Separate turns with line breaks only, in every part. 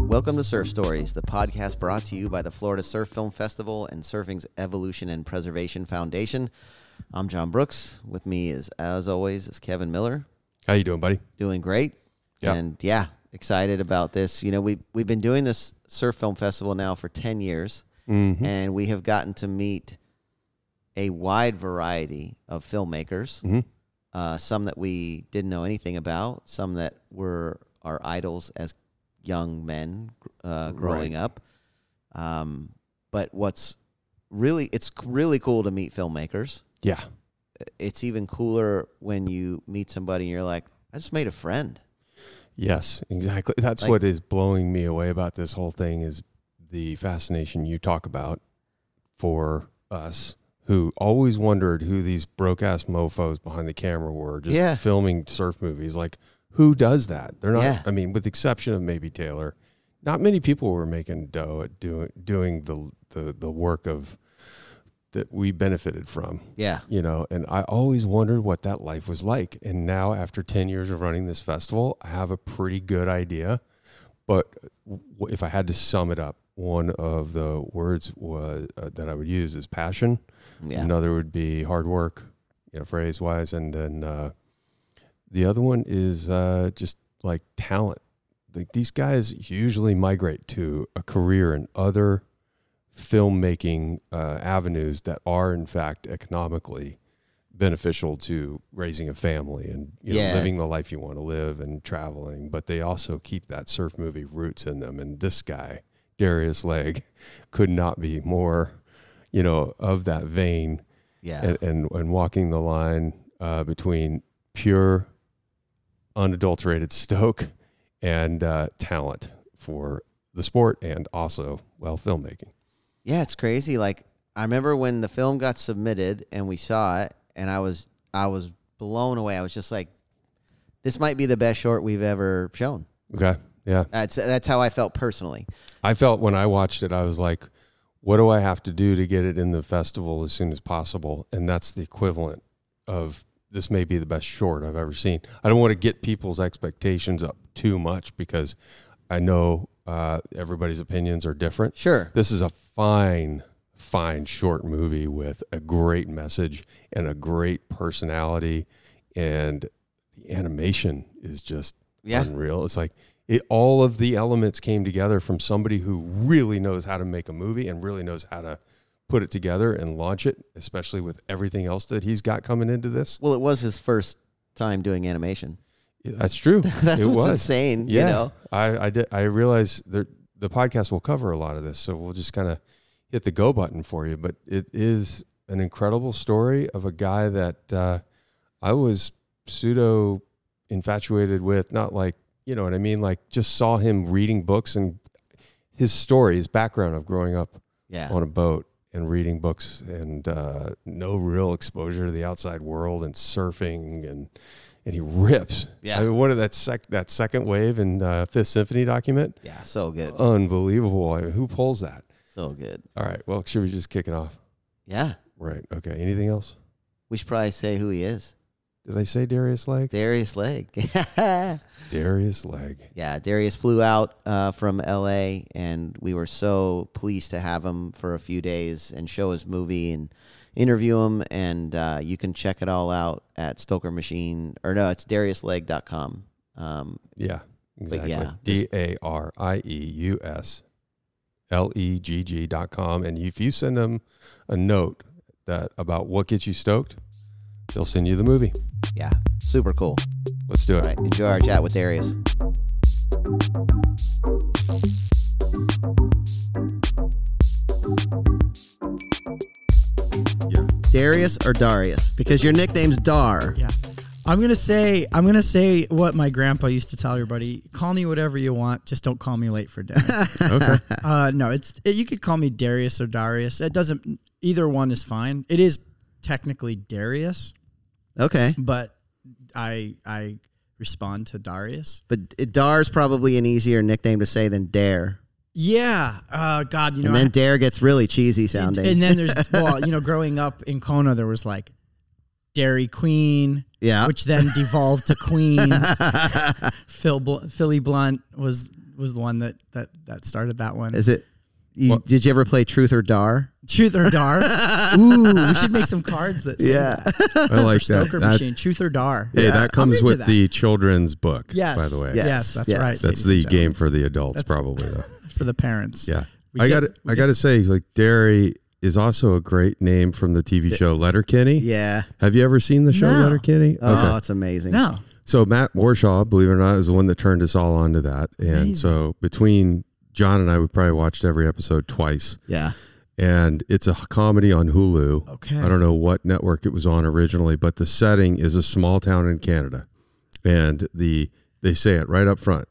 Welcome to Surf Stories, the podcast brought to you by the Florida Surf Film Festival and Surfing's Evolution and Preservation Foundation. I'm John Brooks. With me is, as always, is Kevin Miller.
How you doing, buddy?
Doing great.
Yeah.
And yeah, excited about this. You know, we we've been doing this Surf Film Festival now for 10 years
Hmm.
and we have gotten to meet a wide variety of filmmakers. Uh, some that we didn't know anything about, some that were our idols as young men uh, growing up. Um, but what's really it's c- really cool to meet filmmakers.
Yeah.
It's even cooler when you meet somebody and you're like, I just made a friend.
Yes, exactly. That's
Like-
what is blowing me away about this whole thing is the fascination you talk about for us who always wondered who these broke ass mofos behind the camera were just
Yeah.
filming surf movies. Like who does that? They're not
Yeah.
I mean, with the exception of maybe Taylor, not many people were making dough at doing doing the the, the work of that we benefited from.
Yeah.
you know and i always wondered what that life was like and now after 10 years of running this festival i have a pretty good idea but w- if i had to sum it up one of the words was, uh, that i would use is passion
Yeah.
another would be hard work you know phrase wise and then uh, the other one is uh, just like talent like these guys usually migrate to a career in other filmmaking uh, avenues that are in fact economically beneficial to raising a family and you know,
Yeah.
living the life you want to live and traveling but they also keep that surf movie roots in them and this guy darius Legg, could not be more you know of that vein
Yeah.
and, and, and walking the line uh, between pure, unadulterated stoke and uh, talent for the sport and also, well, filmmaking.
Yeah, it's crazy. Like I remember when the film got submitted and we saw it, and I was I was blown away. I was just like, this might be the best short we've ever shown.
Okay. Yeah.
That's that's how I felt personally.
I felt when I watched it, I was like, what do I have to do to get it in the festival as soon as possible? And that's the equivalent of this may be the best short I've ever seen. I don't want to get people's expectations up too much because I know uh, everybody's opinions are different.
Sure.
This is a fine, fine short movie with a great message and a great personality. And the animation is just
Yeah.
unreal. It's like it, all of the elements came together from somebody who really knows how to make a movie and really knows how to put it together and launch it, especially with everything else that he's got coming into this.
Well, it was his first time doing animation.
That's true.
That's
it
what's
was.
insane.
Yeah,
You know?
I I did. I realize there, the podcast will cover a lot of this, so we'll just kind of hit the go button for you. But it is an incredible story of a guy that uh, I was pseudo infatuated with. Not like you know what I mean. Like just saw him reading books and his story, his background of growing up
Yeah.
on a boat and reading books and uh, no real exposure to the outside world and surfing and and he rips.
Yeah.
I mean, what did that sec that second wave in uh, Fifth Symphony document?
Yeah. So good.
Unbelievable. I mean, who pulls that?
So good.
All right. Well, should we just kick it off?
Yeah.
Right. Okay. Anything else?
We should probably say who he is.
Did I say Darius Leg?
Darius Leg. yeah.
Darius Leg.
Darius flew out uh, from L.A. and we were so pleased to have him for a few days and show his movie and interview him. And uh, you can check it all out at Stoker Machine or no, it's DariusLeg.com. Um,
Yeah. Exactly.
yeah,
D A R I E U S L E G G dot com. And if you send them a note that about what gets you stoked, they'll send you the movie.
yeah, super cool.
Let's do it.
All right, enjoy our chat with Darius. Darius or Darius? Because your nickname's Dar.
Yeah. I'm gonna say I'm gonna say what my grandpa used to tell everybody: call me whatever you want, just don't call me late for dinner.
Okay.
uh, no, it's it, you could call me Darius or Darius. It doesn't either one is fine. It is technically Darius,
Okay.
but I I respond to Darius.
But Dar's probably an easier nickname to say than Dare.
Yeah, uh, God, you know,
and then
I-
Dare gets really cheesy sounding.
and then there's well, you know, growing up in Kona, there was like Dairy Queen,
yeah.
which then devolved to Queen. Phil Bl- Philly Blunt was was the one that that that started that one.
Is it? You, did you ever play Truth or Dar?
Truth or Dar? Ooh, we should make some cards that say that.
I like that.
Poker
That-
machine, Truth or Dar.
Hey, that comes
into
with
that.
the children's book.
Yes.
By the way,
Yes,
Yeah.
that's
yes.
right.
that's
ladies and
the
gentlemen,
game for the adults,
That's-
probably. Though.
for the parents.
Yeah.
We
I
get-
got. to
we
I
get-
got to say, like Derry is also a great name from the TV show Letterkenny.
Yeah.
Have you ever seen the show
No. Uh,
Letterkenny?
Oh, it's amazing.
No.
So Matt Warshaw, believe it or not, is the one that turned us all onto that. And
Amazing.
so between John and I, we probably watched every episode twice.
Yeah.
And it's a comedy on Hulu.
Okay.
I don't know what network it was on originally, but the setting is a small town in Canada, and the they say it right up front.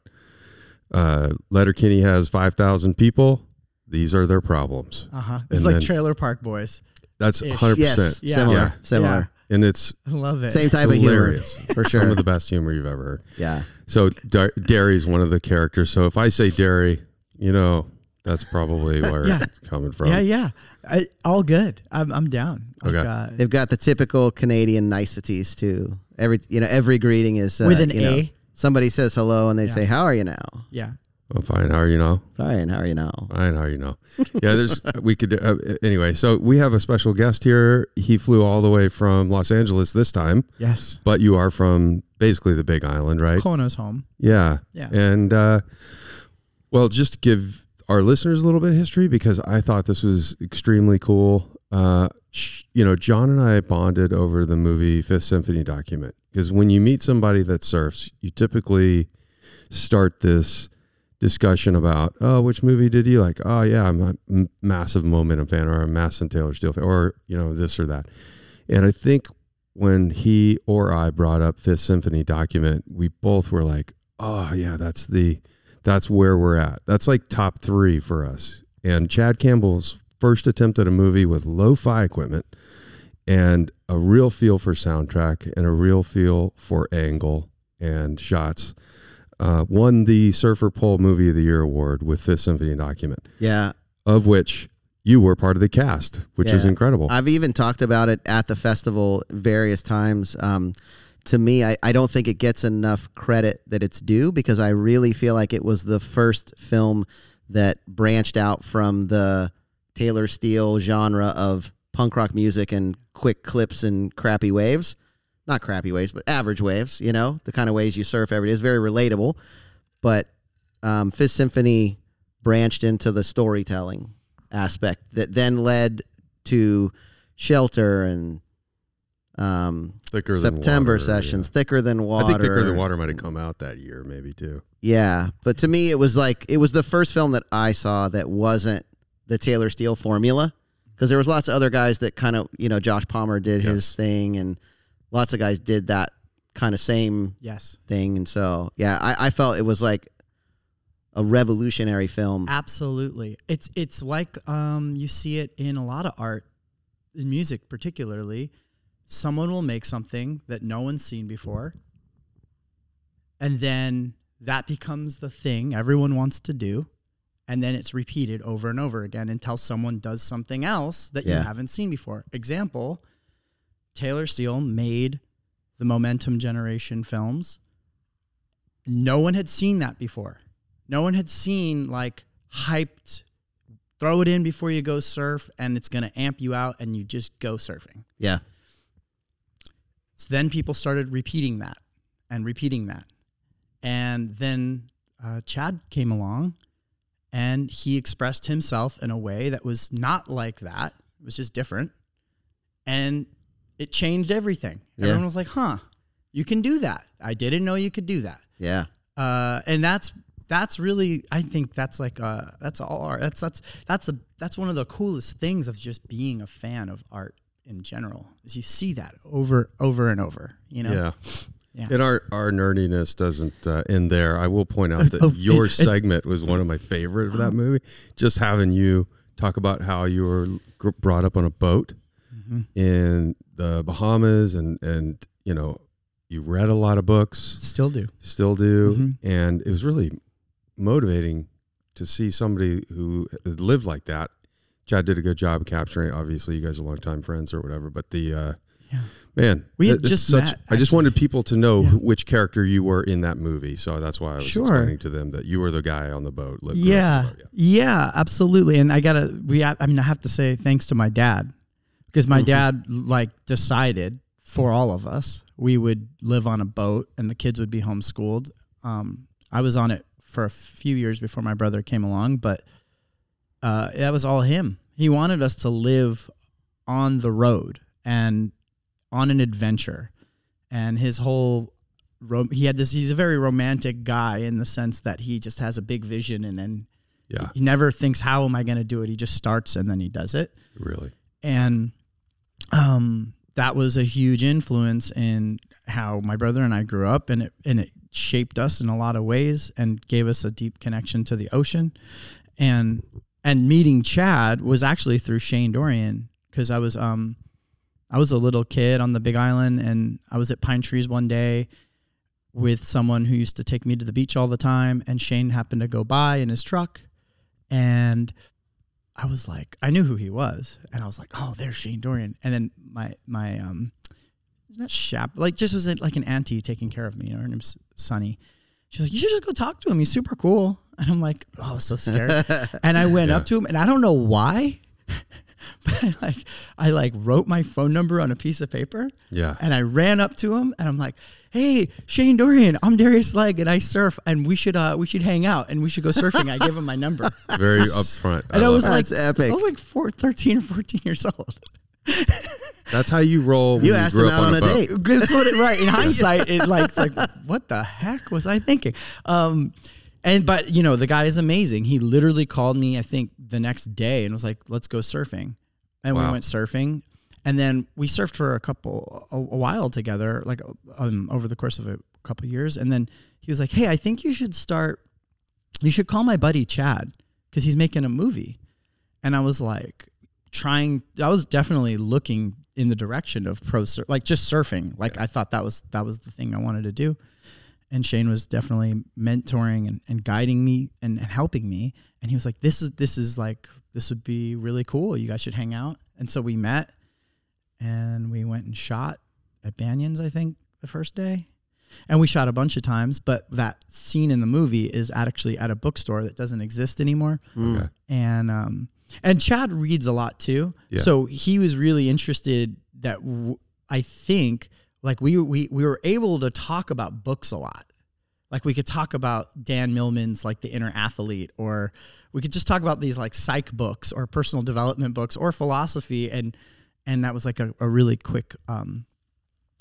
Uh, Letterkenny has five thousand people. These are their problems.
Uh huh. It's
And
like
then-
Trailer Park Boys.
That's
Ish.
hundred
Yes.
percent,
Yeah.
Similar.
Yeah.
Similar.
and it's
I love it.
Same type
hilarious
of humor. For
Some
sure.
of the best humor you've ever heard.
yeah.
So Dar- Derry's one of the characters. So if I say Derry, you know that's probably where
Yeah.
it's coming from.
Yeah, yeah. I, all good. I'm, I'm down. Like,
Okay.
uh,
They've got the typical Canadian niceties too. Every you know, every greeting is uh,
With an
you know,
A?
Somebody says hello and they say, "How are you now?"
yeah.
I'm fine. How are you now?
Fine. How are you now?
I know, you know. Yeah, there's, we could, uh, anyway. So we have a special guest here. He flew all the way from Los Angeles this time,
Yes.
but you are from basically the Big Island, right?
Kono's home.
Yeah.
Yeah.
And, uh, well, just to give our listeners a little bit of history because I thought this was extremely cool. Uh, sh- you know, John and I bonded over the movie Fifth Symphony document because when you meet somebody that surfs, you typically start this discussion about, oh, which movie did you like? Oh, yeah, I'm a m- massive Momentum fan or a massive Taylor Steele fan or, you know, this or that. And I think when he or I brought up Fifth Symphony document, we both were like, oh, yeah, that's the, that's where we're at. That's like top three for us. And Chad Campbell's first attempt at a movie with lo fi equipment and a real feel for soundtrack and a real feel for angle and shots uh, won the Surfer Pole Movie of the Year award with Fifth Symphony Document,
Yeah.
of which you were part of the cast, which is
Yeah.
incredible.
I've even talked about it at the festival various times. Um, to me, I, I don't think it gets enough credit that it's due because I really feel like it was the first film that branched out from the Taylor Steele genre of punk rock music and quick clips and crappy waves. Not crappy waves, but average waves, you know, the kind of waves you surf every day. It's very relatable. But um, Fifth Symphony branched into the storytelling aspect that then led to Shelter and um,
thicker
September
water,
sessions,
yeah.
Thicker Than Water.
I think Thicker Than Water might have come out that year, maybe too.
Yeah, but to me, it was like it was the first film that I saw that wasn't the Taylor Steele formula, because there was lots of other guys that kind of you know Josh Palmer did his
Yes.
thing, and lots of guys did that kind of same
Yes.
thing, and so yeah, I, I felt it was like a revolutionary film.
Absolutely. It's it's like um, you see it in a lot of art, in music particularly. Someone will make something that no one's seen before, and then that becomes the thing everyone wants to do, and then it's repeated over and over again until someone does something else that
Yeah.
you haven't seen before. Example: Taylor Steele made the Momentum Generation films. No one had seen that before. No one had seen like hyped, throw it in before you go surf and it's going to amp you out and you just go surfing.
Yeah,
So then people started repeating that and repeating that. And then uh, Chad came along and he expressed himself in a way that was not like that, it was just different. And it changed everything.
Yeah.
Everyone was like, huh, you can do that. I didn't know you could do that
yeah,
uh, and that's that's really I think that's like uh, that's all art. That's that's that's the that's one of the coolest things of just being a fan of art in general is you see that over over and over you know
Yeah.
Yeah.
And our, our nerdiness doesn't uh, end there. I will point out that
Oh,
your
it-
segment was one of my favorite
Uh-huh.
of that movie. Just having you talk about how you were gr- brought up on a boat
Mm-hmm.
in the Bahamas and, and, you know, you read a lot of books,
still do
still do.
Mhm.
And it was really motivating to see somebody who had lived like that. Chad did a good job of capturing it. Obviously, you guys are longtime friends or whatever, but the, uh,
Yeah.
Man,
We had
that- that's
just met,
I just
actually.
wanted people to know
Yeah.
who which character you were in that movie, so that's why I was
Sure.
explaining to them that you were the guy on the boat. li- grew up
yeah
on the boat,
yeah absolutely and i gotta we i mean i have to say thanks to my dad because my dad like decided for all of us we would live on a boat and the kids would be homeschooled um, i was on it for a few years before my brother came along but uh, that was all him he wanted us to live on the road and on an adventure and his whole rom- he had this he's a very romantic guy in the sense that he just has a big vision and then
Yeah, yeah,
he never thinks how am i going to do it he just starts and then he does it
really.
and um, that was a huge influence in how my brother and I grew up, and it and it shaped us in a lot of ways, and gave us a deep connection to the ocean, and and meeting Chad was actually through Shane Dorian because I was um I was a little kid on the Big Island, and I was at Pine Trees one day with someone who used to take me to the beach all the time, and Shane happened to go by in his truck, and I was like, I knew who he was, and I was like, oh, there's Shane Dorian. And then my my um, not shap, like just was like an auntie taking care of me. You know, her name's Sunny. She's like, you should just go talk to him. He's super cool. And I'm like, oh, I was so scared. and I went up to him, and I don't know why, but I like I like wrote my phone number on a piece of paper.
Yeah.
And I ran up to him, and I'm like, hey, Shane Dorian, I'm Darius Leg, and I surf, and we should uh we should hang out, and we should go surfing. I gave him my number.
Very upfront. I
And I
love
was
it.
like,
That's epic.
I was like four, 13 or 14 years old.
that's how you roll. When
You
you
asked
grew
him
up
out on
on, a,
a
boat.
date.
That's what it, right. In hindsight, it like, it's like, what the heck was I thinking? Um, and, but, you know, the guy is amazing. He literally called me, I think, the next day and was like, let's go surfing. And
Wow.
we went surfing. And then we surfed for a couple, a, a while together, like um, over the course of a couple years. And then he was like, hey, I think you should start, you should call my buddy Chad because he's making a movie. And I was like, trying i was definitely looking in the direction of pro sur- like just surfing like i thought that was that was the thing i wanted to do and shane was definitely mentoring and, and guiding me and, and helping me and he was like this is this is like this would be really cool you guys should hang out and so we met and we went and shot at banyan's i think the first day and we shot a bunch of times but that scene in the movie is actually at a bookstore that doesn't exist anymore
Okay.
and um and Chad reads a lot too.
Yeah.
So he was really interested that w- I think like we we we were able to talk about books a lot. Like we could talk about Dan Millman's like The Inner Athlete or we could just talk about these like psych books or personal development books or philosophy and and that was like a, a really quick um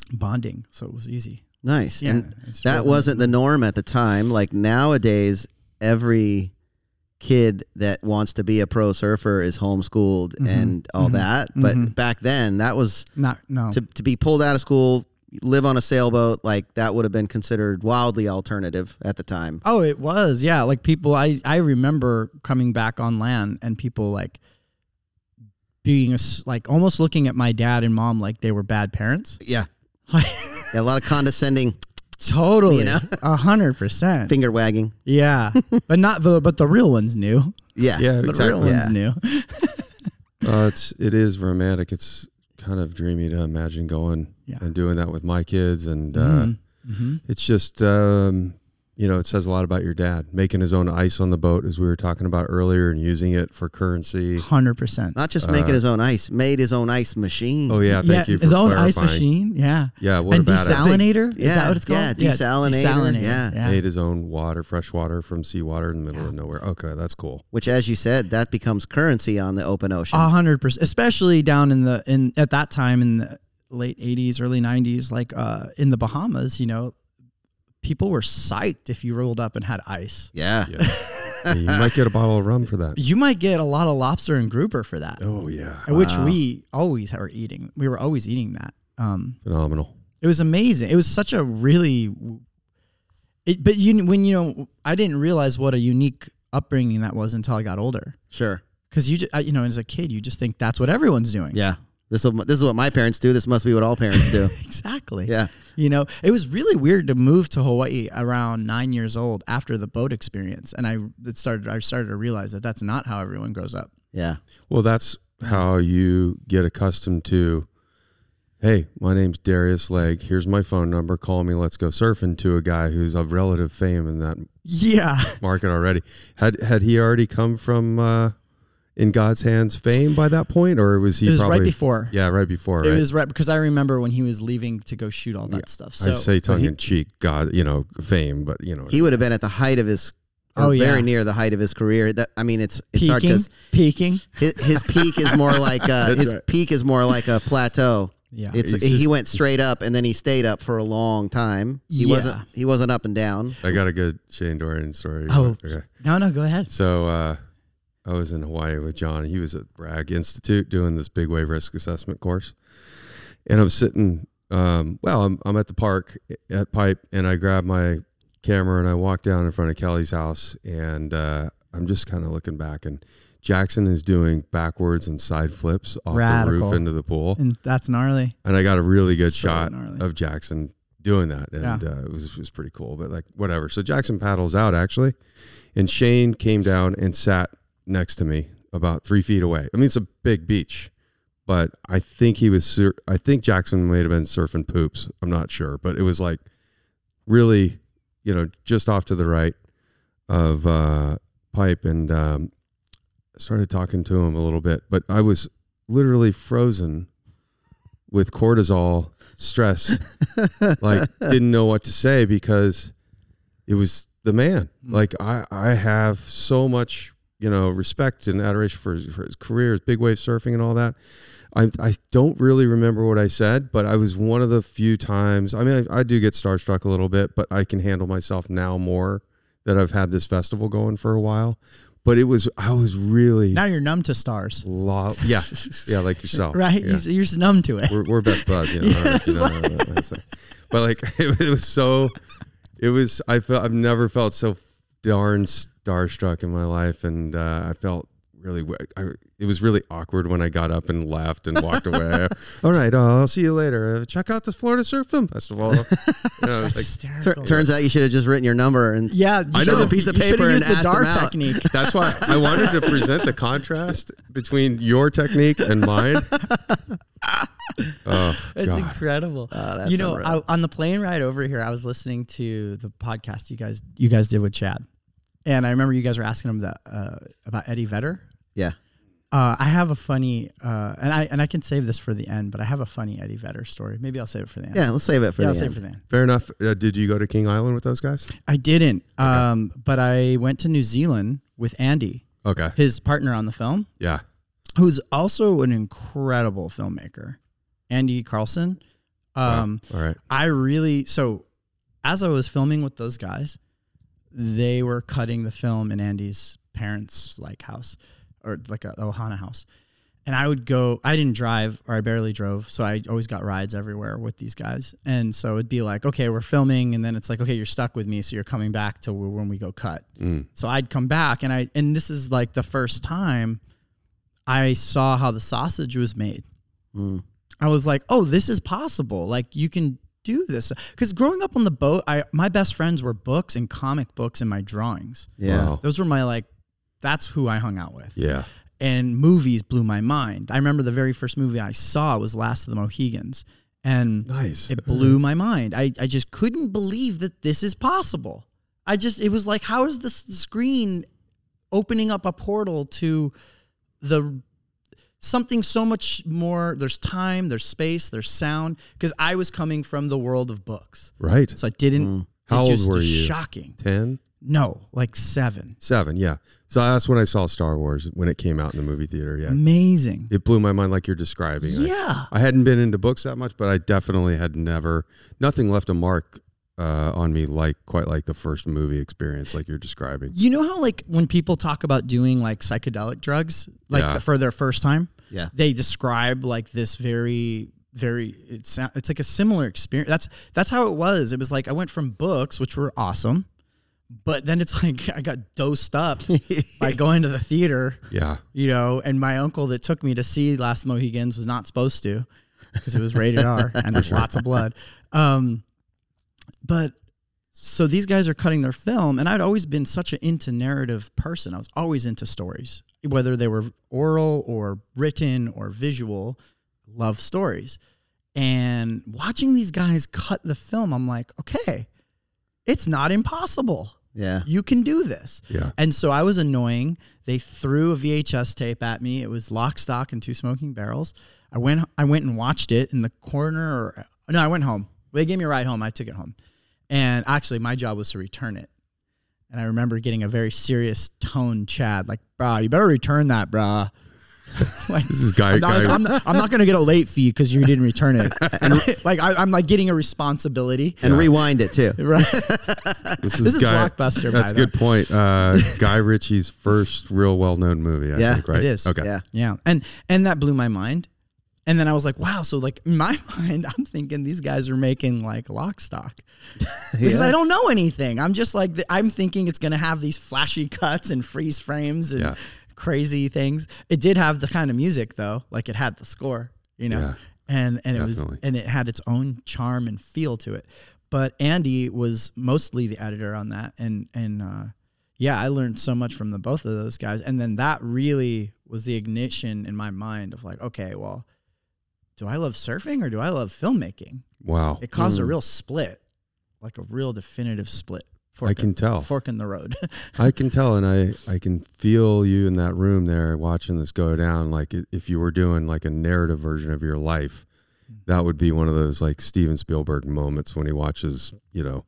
bonding. So it was easy.
Nice.
Yeah.
And
it's
that
really-
wasn't the norm at the time. Like nowadays, every kid that wants to be a pro surfer is homeschooled
Mm-hmm.
and all that. But
mhm.
back then, that was
not
Oh.
no.
to, to be pulled out of school, live on a sailboat, like that would have been considered wildly alternative at the time.
Oh, it was. Yeah, like people I I remember coming back on land and people like being a s like almost looking at my dad and mom like they were bad parents.
Yeah.
Like
yeah a lot of condescending
totally.
You know?
A hundred percent.
finger wagging.
Yeah. but not the but the real ones knew.
Yeah.
Yeah,
The real
exactly.
ones
Yeah.
knew.
Uh, it's it is romantic. It's kind of dreamy to imagine going
Yeah.
and doing that with my kids, and uh,
Mhm. Mhm.
It's just, um, you know, it says a lot about your dad making his own ice on the boat, as we were talking about earlier, and using it for currency.
Hundred percent.
Not just making his own ice, made his own ice machine.
Uh, Oh yeah,
yeah,
thank you for
his own ice
clarifying.
machine. Yeah.
Yeah, what
and
a badass.
desalinator. Is
Yeah,
that what it's
yeah,
called?
desalinator,
desalinator.
yeah.
Made his own water, fresh water from seawater in the middle of nowhere. Okay, that's cool.
Which, as you said, that becomes currency on the open ocean.
Uh-huh.
A hundred percent, especially down in the in at that time in the late '80s, early '90s, like uh, in the Bahamas. You know, people were psyched if you rolled up and had ice.
yeah.
Yeah, Yeah, you might get a bottle of rum for that.
You might get a lot of lobster and grouper for that,
Oh yeah,
which we always were eating. We were always eating that. Um,
phenomenal.
It was amazing. It was such a really, it, but you when you know I didn't realize what a unique upbringing that was until I got older.
Sure.
Because you ju- I- you know as a kid you just think that's what everyone's doing.
Yeah. This will, this is what my parents do. This must be what all parents do.
Exactly.
Yeah.
You know, it was really weird to move to Hawaii around nine years old after the boat experience, and I it started I started to realize that that's not how everyone grows up.
Yeah.
Well, that's how you get accustomed to. Hey, my name's Darius Leg. Here's my phone number. Call me. Let's go surfing. To a guy who's of relative fame in that
Yeah.
market already. Had had he already come from uh, in God's hands fame by that point, or was he?
It was right
probably,
before.
Yeah, right before.
It
right?
was right because I remember when he was leaving to go shoot all that stuff. So
I say tongue in cheek, God, you know, fame, but you know,
He would have been at the height of his, or
Oh,
very
yeah.
near the height of his career. That I mean, it's it's hard
peaking,
because
peaking.
his, his peak is more like uh, his
right.
peak is more like a plateau.
Yeah.
It's
He's
he
just-
went straight up and then he stayed up for a long time. He
Yeah.
wasn't he wasn't up and down.
I got a good Shane Dorian story.
Oh.
Okay.
No, no, go ahead.
So uh, I was in Hawaii with John. He was at Bragg Institute doing this big wave risk assessment course. And I'm sitting, um, well, I'm, I'm at the park at Pipe, and I grab my camera and I walk down in front of Kelly's house, and uh, I'm just kind of looking back. And Jackson is doing backwards and side flips off the
Radical.
roof into the pool.
And that's gnarly.
and I got a really good
So
shot
gnarly.
of Jackson doing that, and
Yeah.
uh, it was it was pretty cool. But like whatever, so Jackson paddles out actually, and Shane came down and sat next to me about three feet away. I mean, it's a big beach, but I think he was. Sur- I think Jackson may have been surfing poops. I'm not sure, but it was like really, you know, just off to the right of uh, pipe, and um, started talking to him a little bit. But I was literally frozen with cortisol stress like didn't know what to say because it was the man like i i have so much you know respect and adoration for his, for his career his big wave surfing and all that I, I don't really remember what I said, but I was one of the few times. I mean, I, I do get starstruck a little bit, but I can handle myself now more that I've had this festival going for a while. But it was, I was really,
Now you're numb to stars,
lo- yeah, yeah, like yourself,
right?
Yeah
You're, just numb to it.
we're, we're best buds, you know. you know, that's it. but like it, was so, it was. I felt I've never felt so darn starstruck in my life, and uh, I felt really. w- I, it was really awkward when I got up and left and walked away. All right, uh, I'll see you later. Uh, check out the Florida Surf Film Festival. You know, it's like,
Tur-
hysterical.
turns out you should have just written your number and
yeah, you
I
should've-
know a piece of
you should've
paper and
used the
asked
DAR
them out.
technique.
that's why I wanted to present the contrast between your technique and mine. Oh,
It's
God.
incredible.
that's
you know, I,
unreal.
on the plane ride over here, I was listening to the podcast you guys you guys did with Chad, and I remember you guys were asking him that uh, about Eddie Vedder.
yeah.
Uh, I have a funny, uh, and I and I can save this for the end, but I have a funny Eddie Vedder story. Maybe I'll save it for the end.
Yeah, let's save it for
yeah, I'll
the
save
end.
it for the end.
Fair enough. Uh, did you go to King Island with those guys?
I didn't, um, but I went to New Zealand with Andy,
Okay.
his partner on the film.
Yeah.
who's also an incredible filmmaker, Andy Carlson. Um,
Wow. All right.
I really so as I was filming with those guys, they were cutting the film in Andy's parents' like house or like a Ohana house. And I would go, I didn't drive or I barely drove. So I always got rides everywhere with these guys. And so it'd be like, okay, we're filming. And then it's like, okay, you're stuck with me. So you're coming back to wh- when we go cut. So I'd come back and I, and this is like the first time I saw how the sausage was made. I was like, oh, this is possible. Like you can do this. Because growing up on the boat, I my best friends were books and comic books and my drawings.
Yeah.
Wow.
Those were my like that's who I hung out with.
Yeah.
And movies blew my mind. I remember the very first movie I saw was Last of the Mohegans. And
Nice.
it blew my mind. I, I just couldn't believe that this is possible. I just, it was like, how is this screen opening up a portal to the something so much more? There's time, there's space, there's sound. Because I was coming from the world of books.
Right.
So I didn't. it
Mm. How old
just
were
is
you?
Shocking.
10,
No, like seven.
7, yeah. So that's when I saw Star Wars when it came out in the movie theater. Yeah.
Amazing.
It blew my mind like you're describing. I-
Mm. Yeah.
I, hadn't been into books that much, but I definitely had never, nothing left a mark uh, on me like quite like the first movie experience, like you're describing.
You know how like when people talk about doing like psychedelic drugs, like
Yeah.
for their first time,
Yeah.
they describe like this very, very. It's it's like a similar experience. That's that's how it was. It was like I went from books, which were awesome, but then it's like I got dosed up by going to the theater,
Yeah,
you know. And my uncle that took me to see Last of the Mohegans was not supposed to because it was rated R and there's lots of blood. Um, but so these guys are cutting their film, and I'd always been such an into narrative person. I was always into stories, whether they were oral or written or visual. Love stories, and watching these guys cut the film, I'm like, okay, it's not impossible.
Yeah.
You can do this.
yeah.
And so I was annoying. They threw a VHS tape at me. It was Lock, Stock, and Two Smoking Barrels. I went. I went and watched it in the corner. Or, no, I went home. They gave me a ride home. I took it home, and actually, my job was to return it. And I remember getting a very serious tone, Chad, like, "Bruh, you better return that, bruh." like,
This is guy.
I'm not,
guy
I'm not- I'm not gonna get a late fee because you didn't return it. like I, I'm like getting a responsibility,
and rewind it too.
right?
this
this is Blockbuster, by
That's a
the
good point. Uh, guy Ritchie's first real well-known movie. I
Yeah,
think, right?
it is.
Okay.
Yeah.
Yeah. And and that blew my mind. And then I was like, wow. So like in my mind, I'm thinking these guys are making like lock stock. Because I don't know anything. I'm just like th- I'm thinking it's gonna have these flashy cuts and freeze frames and
Yeah.
crazy things. It did have the kind of music though, like it had the score, you know.
Yeah.
And and it
Definitely.
was and it had its own charm and feel to it. But Andy was mostly the editor on that and and uh yeah, I learned so much from the both of those guys. And then that really was the ignition in my mind of like, okay, well, do I love surfing or do I love filmmaking?
Wow. Mm.
It caused a real split, like a real definitive split. Fork
I can tell.
Fork in the road.
I can tell, and I I can feel you in that room there watching this go down. Like i- if you were doing like a narrative version of your life,
Mm-hmm.
that would be one of those like Steven Spielberg moments when he watches, you know,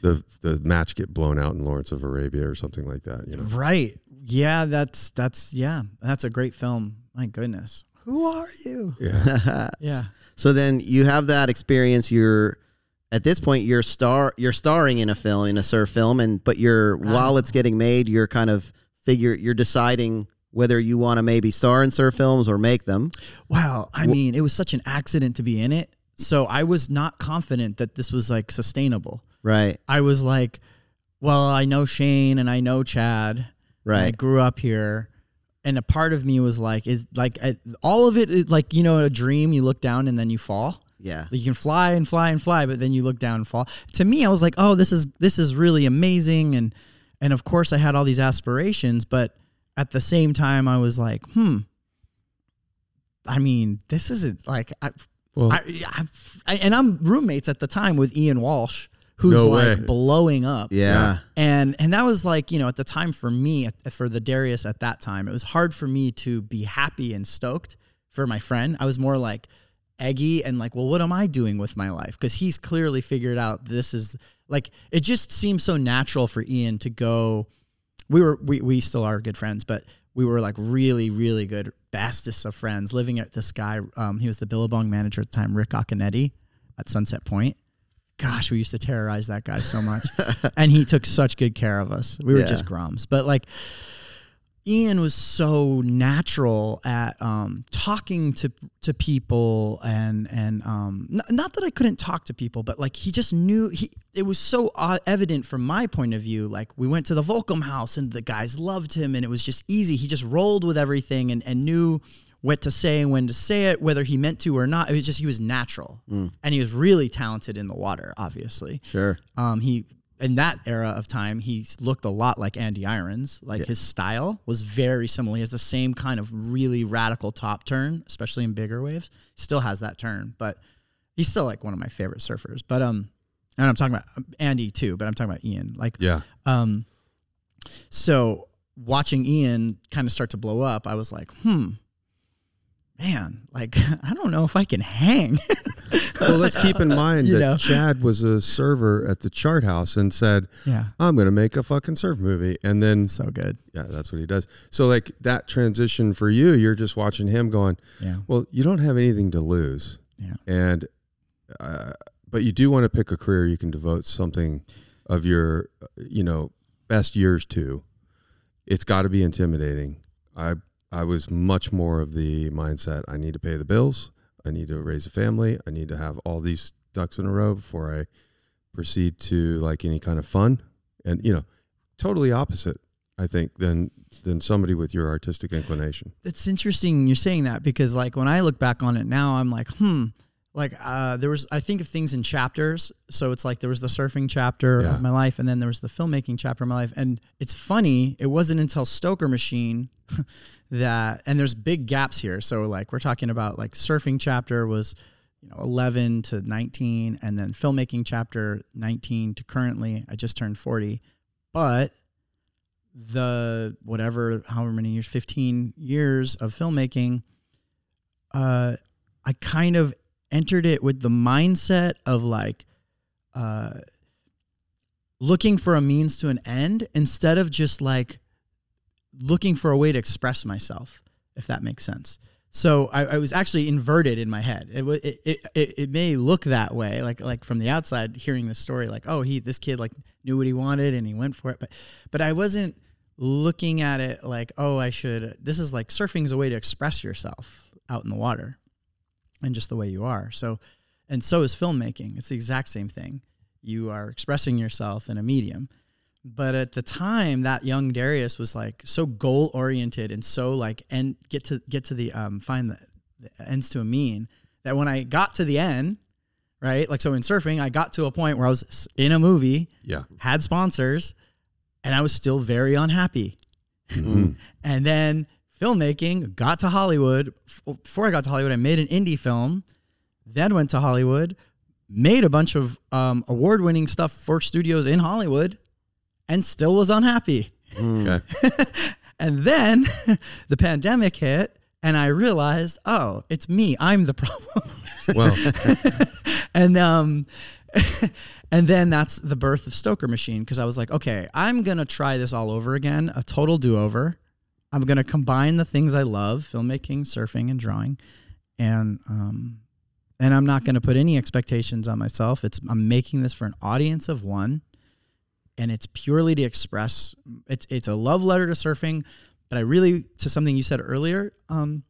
the the match get blown out in Lawrence of Arabia or something like that. You know,
right. Yeah, that's that's yeah. That's a great film. My goodness. Who are you?
yeah,
Yeah.
So then you have that experience. You're at this point you're star you're starring in a film in a surf film, and but you're while it's getting made, you're kind of figure you're deciding whether you want to maybe star in surf films or make them.
Wow. I mean, it was such an accident to be in it. So I was not confident that this was like sustainable.
Right,
I was like, well, I know Shane and I know Chad. and I
right,
grew up here. And a part of me was like, is like I, all of it is like, you know, a dream, you look down and then you fall.
yeah,
Like, you can fly and fly and fly, but then you look down and fall. To me, I was like, oh, this is this is really amazing. And and of course I had all these aspirations, but at the same time I was like, hmm. I mean, this isn't like I,
well,
I, I, I and I'm roommates at the time with Ian Walsh, who's
No
like
way.
blowing up.
yeah,
And and that was like, you know, at the time for me, at- for the Darius at that time, it was hard for me to be happy and stoked for my friend. I was more like eggy and like, well, what am I doing with my life? Because he's clearly figured out this is like it just seems so natural for Ian to go. We were we we still are good friends, but we were like really really good bestest of friends. Living at this guy, um, he was the Billabong manager at the time, Rick Occonetti, at Sunset Point gosh, we used to terrorize that guy so much. and he took such good care of us. We were
Yeah.
just grums. But like Ian was so natural at um, talking to to people and and um, n- not that I couldn't talk to people, but like he just knew he. It was so uh, evident from my point of view. Like we went to the Volcom house and the guys loved him, and it was just easy. He just rolled with everything and and knew what to say and when to say it, whether he meant to or not. It was just he was natural, and he was really talented in the water, obviously.
sure,
Um, he in that era of time, he s- looked a lot like Andy Irons. Like his style was very similar. He has the same kind of really radical top turn, especially in bigger waves. Still has that turn, but he's still like one of my favorite surfers. But um, and I'm talking about um, Andy too, but I'm talking about Ian. Like
yeah,
um, so watching Ian kind of start to blow up, I was like, hmm, man, like I don't know if I can hang.
well, let's keep in mind
You
that
know.
Chad was a server at the Chart House and said,
yeah,
"I'm going to make a fucking surf movie," and then
so good.
yeah, that's what he does. So like that transition for you, you're just watching him going,
Yeah,
Well, you don't have anything to lose.
Yeah.
And uh, but you do want to pick a career you can devote something of your uh, you know best years to it's got to be intimidating i i was much more of the mindset i need to pay the bills i need to raise a family i need to have all these ducks in a row before i proceed to like any kind of fun and you know totally opposite i think than than somebody with your artistic inclination
It's interesting you're saying that because like when I look back on it now, I'm like, hmm. Like uh, there was, I think of things in chapters. So it's like there was the surfing chapter
Yeah.
of my life, and then there was the filmmaking chapter of my life. And it's funny, it wasn't until Stoker Machine that, and there's big gaps here. So like we're talking about like surfing chapter was, you know, 11 to 19, and then filmmaking chapter 19 to currently. I just turned 40, but the whatever however many years 15 years of filmmaking uh i kind of entered it with the mindset of like uh looking for a means to an end instead of just like looking for a way to express myself if that makes sense so I, I was actually inverted in my head. It, wa- it, it it it may look that way, like like from the outside, hearing this story, like oh he this kid like knew what he wanted and he went for it, but but I wasn't looking at it like oh I should. This is like surfing's a way to express yourself out in the water, and just the way you are. So, and so is filmmaking. It's the exact same thing. You are expressing yourself in a medium, but at the time that young Darius was like so goal oriented and so like and get to get to the um find the, the ends to a mean that when I got to the end, right? Like so in surfing, I got to a point where I was s- in a movie,
yeah
had sponsors, and I was still very unhappy. and then filmmaking got to Hollywood. F- Before I got to Hollywood, I made an indie film, then went to Hollywood, made a bunch of um, award winning stuff for studios in Hollywood, and still was unhappy.
okay
And then the pandemic hit, and I realized, oh, it's me. I'm the problem.
well
and um and then that's the birth of Stoker Machine because I was like, okay, I'm gonna try this all over again, a total do over. I'm gonna combine the things I love, filmmaking, surfing, and drawing, and um, and I'm not gonna put any expectations on myself. It's I'm making this for an audience of one, and it's purely to express. It's it's a love letter to surfing, but I really to something you said earlier. Um,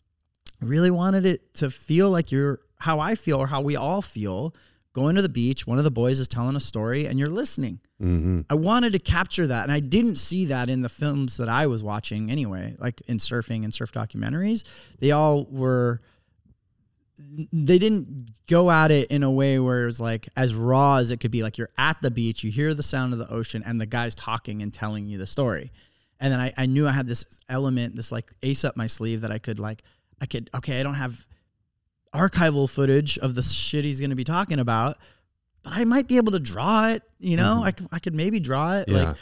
I really wanted it to feel like you're how I feel or how we all feel going to the beach. One of the boys is telling a story and you're listening.
hmm
I wanted to capture that. And I didn't see that in the films that I was watching anyway, like in surfing and surf documentaries. They all were, they didn't go at it in a way where it was like as raw as it could be. Like you're at the beach, you hear the sound of the ocean, and the guy's talking and telling you the story. And then I, I knew I had this element, this like ace up my sleeve that I could, like, I could, okay, I don't have archival footage of the shit he's going to be talking about, but I might be able to draw it. You know, I, could, I could maybe draw it.
Yeah.
Like,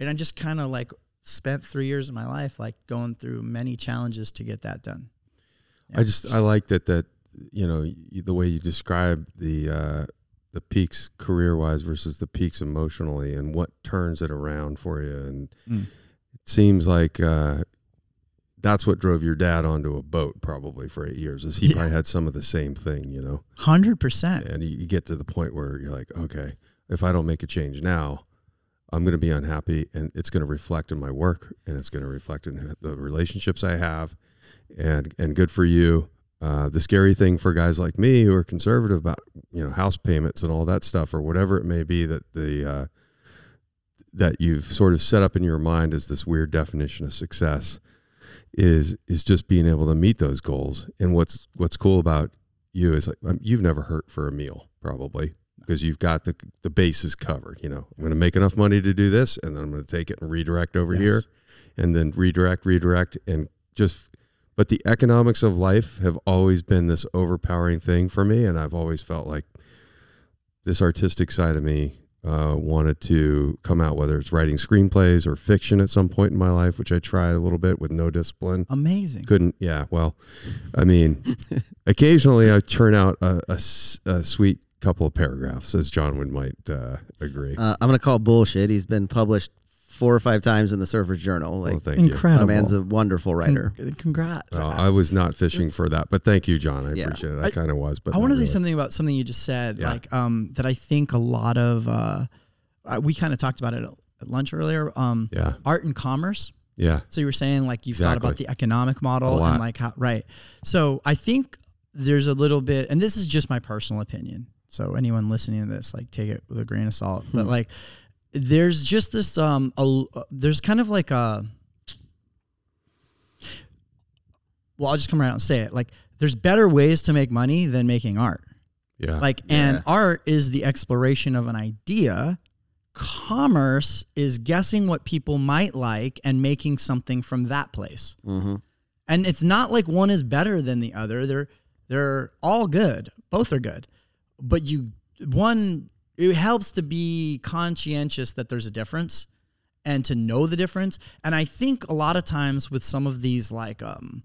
and I just kind of like spent three years of my life like going through many challenges to get that done.
I just I like that that you know you, the way you describe the uh, the peaks career wise versus the peaks emotionally and what turns it around for you and
Mm.
it seems like uh, that's what drove your dad onto a boat probably for eight years is he
Yeah.
probably had some of the same thing you know
Hundred percent.
and you, you get to the point where you're like okay if I don't make a change now I'm going to be unhappy and it's going to reflect in my work and it's going to reflect in the relationships I have and and good for you. Uh, the scary thing for guys like me who are conservative about you know house payments and all that stuff or whatever it may be that the uh, that you've sort of set up in your mind as this weird definition of success is is just being able to meet those goals. And what's what's cool about you is like um, you've never hurt for a meal probably because you've got the the bases covered. You know I'm going to make enough money to do this and then I'm going to take it and redirect over
Yes.
here and then redirect redirect and just but the economics of life have always been this overpowering thing for me and i've always felt like this artistic side of me uh, wanted to come out whether it's writing screenplays or fiction at some point in my life which i tried a little bit with no discipline
Amazing.
couldn't yeah well i mean occasionally i turn out a, a s- a sweet couple of paragraphs as john would might uh, agree
Oh,
Uh, I'm gonna call bullshit. He's been published four or five times in the Surfer's Journal.
Well,
Like,
thank
my
Incredible.
man's a wonderful writer.
Con- Congrats.
you. Uh, I was not fishing for that, but thank you, John. I
Yeah.
appreciate it. I,
I-
kind of was, but
I
not
want to
really.
say something about something you just said,
Yeah.
like um, that. I think a lot of uh, uh, we kind of talked about it at- at lunch earlier. Um,
Yeah,
Art and commerce.
yeah,
So you were saying like you've thought about
Exactly.
the economic model
lot.
and like how right. So I think there's a little bit, and this is just my personal opinion. So anyone listening to this, like take it with a grain of salt. But
Hmm.
like, there's just this um, a, there's kind of like a. Well, I'll just come right out and say it. Like, there's better ways to make money than making art.
yeah.
Like, and art is the exploration of an idea. Commerce is guessing what people might like and making something from that place.
Hmm.
Mm-hmm.
And it's not like one is better than the other. They're they're all good. Both are good. But you one it helps to be conscientious that there's a difference and to know the difference. And I think a lot of times with some of these like um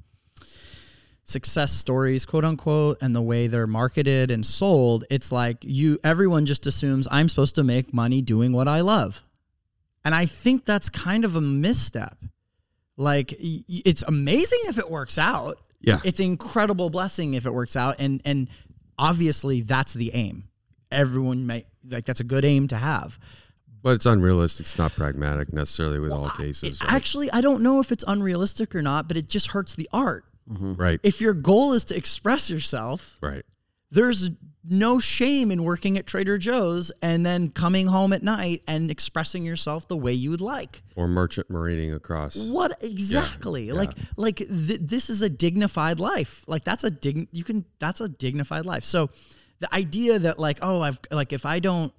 success stories quote unquote and the way they're marketed and sold it's like you everyone just assumes i'm supposed to make money doing what i love and i think that's kind of a misstep like y- y- it's amazing if it works out
Yeah.
it's incredible blessing if it works out and and obviously that's the aim everyone may like that's a good aim to have
but it's unrealistic. It's not pragmatic necessarily with all cases.
It-
right?
actually i don't know if it's unrealistic or not but it just hurts the art
right,
if your goal is to express yourself
right.
there's no shame in working at Trader Joe's and then coming home at night and expressing yourself the way you would like.
Or merchant marining across.
What exactly? Like like th- this is a dignified life. Like that's a dig you can that's a dignified life. So the idea that like oh I've like if I don't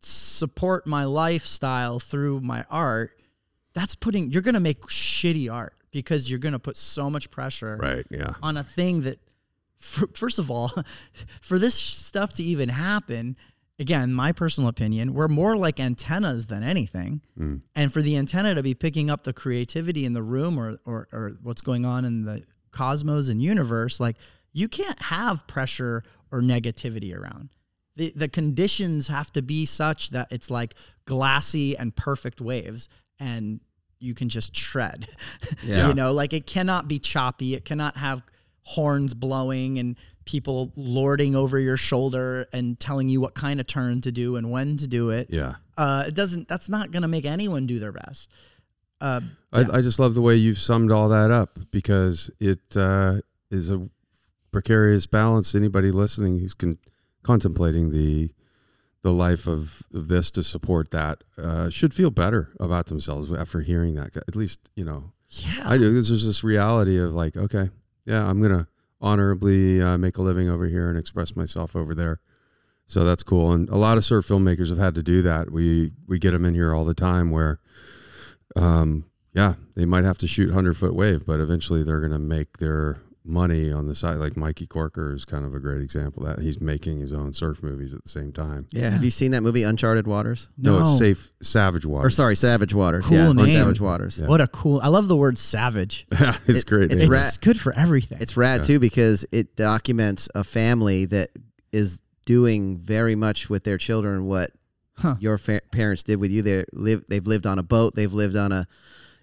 support my lifestyle through my art, that's putting you're going to make shitty art because you're going to put so much pressure
Right. Yeah.
on a thing that fir- first of all for this stuff to even happen again my personal opinion we're more like antennas than anything and for the antenna to be picking up the creativity in the room or, or or what's going on in the cosmos and universe like you can't have pressure or negativity around the, the conditions have to be such that it's like glassy and perfect waves and you can just tread
Yeah.
you know like it cannot be choppy it cannot have horns blowing and people lording over your shoulder and telling you what kind of turn to do and when to do it
Yeah.
uh, it doesn't that's not going to make anyone do their best uh,
I, I just love the way you've summed all that up because it uh, is a precarious balance. Anybody listening who's con- contemplating the the life of, of this to support that uh, should feel better about themselves after hearing that. At least you know
yeah
I do. There's just this reality of like, okay, yeah, I'm gonna honorably uh, make a living over here and express myself over there. So that's cool. And a lot of surf filmmakers have had to do that. We we get them in here all the time where, um, yeah, they might have to shoot hundred foot wave, but eventually they're gonna make their money on the side. Like Mikey Corker is kind of a great example of that he's making his own surf movies at the same time.
Yeah. Have you seen that movie, Uncharted Waters?
No,
No.
it's safe Savage Water.
Or sorry, Savage Waters.
Cool
yeah, or
name.
Savage Waters.
Yeah.
what a cool i love the word savage
yeah, it's
It-
great.
it's
name.
it's
rat-
good for everything
It's rad
Yeah.
too because it documents a family that is doing very much with their children what
Huh.
your fa- parents did with you. They live they've lived on a boat, they've lived on a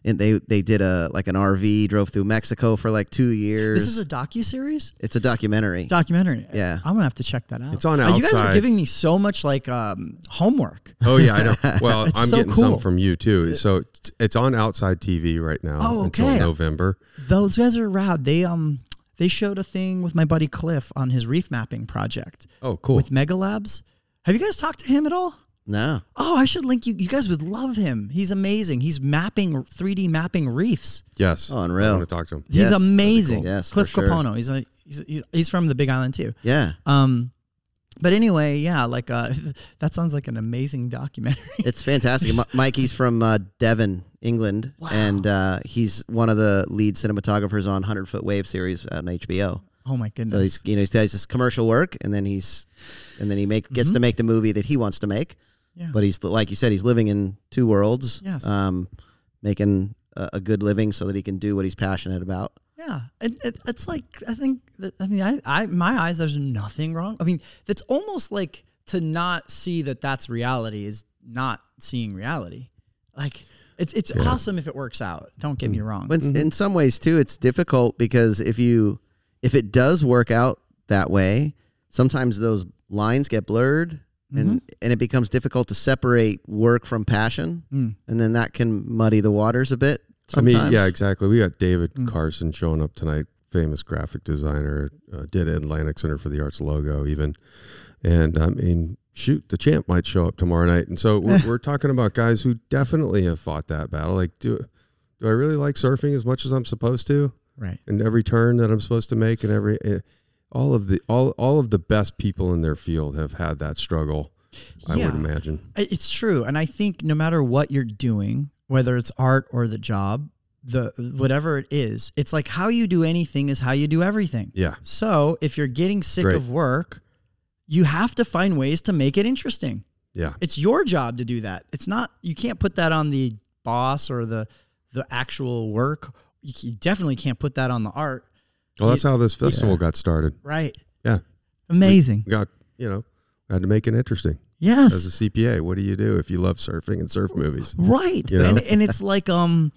and they they did a like an RV, drove through Mexico for like 2 years.
this is a docu-series
it's a documentary.
documentary
Yeah.
i'm gonna have to check that out
It's on
Uh, you guys are
outside.
giving me so much like um, homework
Oh yeah, I know. Well,
It's
I'm
so
getting some
cool.
from you too. So it's- it's on outside TV right now
Oh,
until
okay.
November.
those guys are rad they um they showed a thing with my buddy cliff on his reef mapping project
Oh, cool.
with Mega Labs. Have you guys talked to him at all?
no.
Oh, I should link you. You guys would love him. He's amazing. He's mapping 3D mapping reefs.
yes.
Oh, unreal.
I want to talk to him.
Yes,
He's
that'd be
amazing.
cool. Yes, for
Cliff
sure.
Capono. He's a he's, he's he's from the Big Island too.
Yeah.
Um, but anyway, yeah, like uh, that sounds like an amazing documentary.
It's fantastic. Mi- Mikey's from uh, Devon, England,
Wow.
and uh, he's one of the lead cinematographers on Hundred Foot Wave series on HBO.
oh my goodness.
So he's you know he does this commercial work, and then he's and then he make gets to make the movie that he wants to make.
Yeah.
But he's like you said, he's living in two worlds.
Yes.
Um, making a, a good living so that he can do what he's passionate about.
Yeah, and it, it's like I think that, I mean I, I my eyes there's nothing wrong. I mean that's almost like to not see that that's reality is not seeing reality. Like it's it's awesome if it works out. Don't get
Mm.
me wrong. Mm-hmm.
But in- in some ways too, it's difficult because if you if it does work out that way, sometimes those lines get blurred and and it becomes difficult to separate work from passion, and then that can muddy the waters a bit. Sometimes.
I mean, yeah, exactly. We got David
Mm.
Carson showing up tonight, famous graphic designer, uh, did Atlantic Center for the Arts logo, even. And I mean, shoot, the champ might show up tomorrow night. And so we're, we're talking about guys who definitely have fought that battle. Like, do, do I really like surfing as much as I'm supposed to?
right.
and every turn that I'm supposed to make and every eh, all of the all all of the best people in their field have had that struggle. I would
Yeah.
imagine.
I- It's true, and I think no matter what you're doing, whether it's art or the job, the whatever it is, it's like how you do anything is how you do everything.
Yeah.
So if you're getting sick
Great.
of work, you have to find ways to make it interesting.
Yeah.
It's your job to do that. It's not you can't put that on the boss or the the actual work. You c- definitely can't put that on the art.
Well, that's how this festival got started.
Right.
Yeah.
Amazing.
Got you know, had to make it interesting. As
yes.
a CPA, what do you do if you love surfing and surf movies?
Right.
You know?
And and it's like um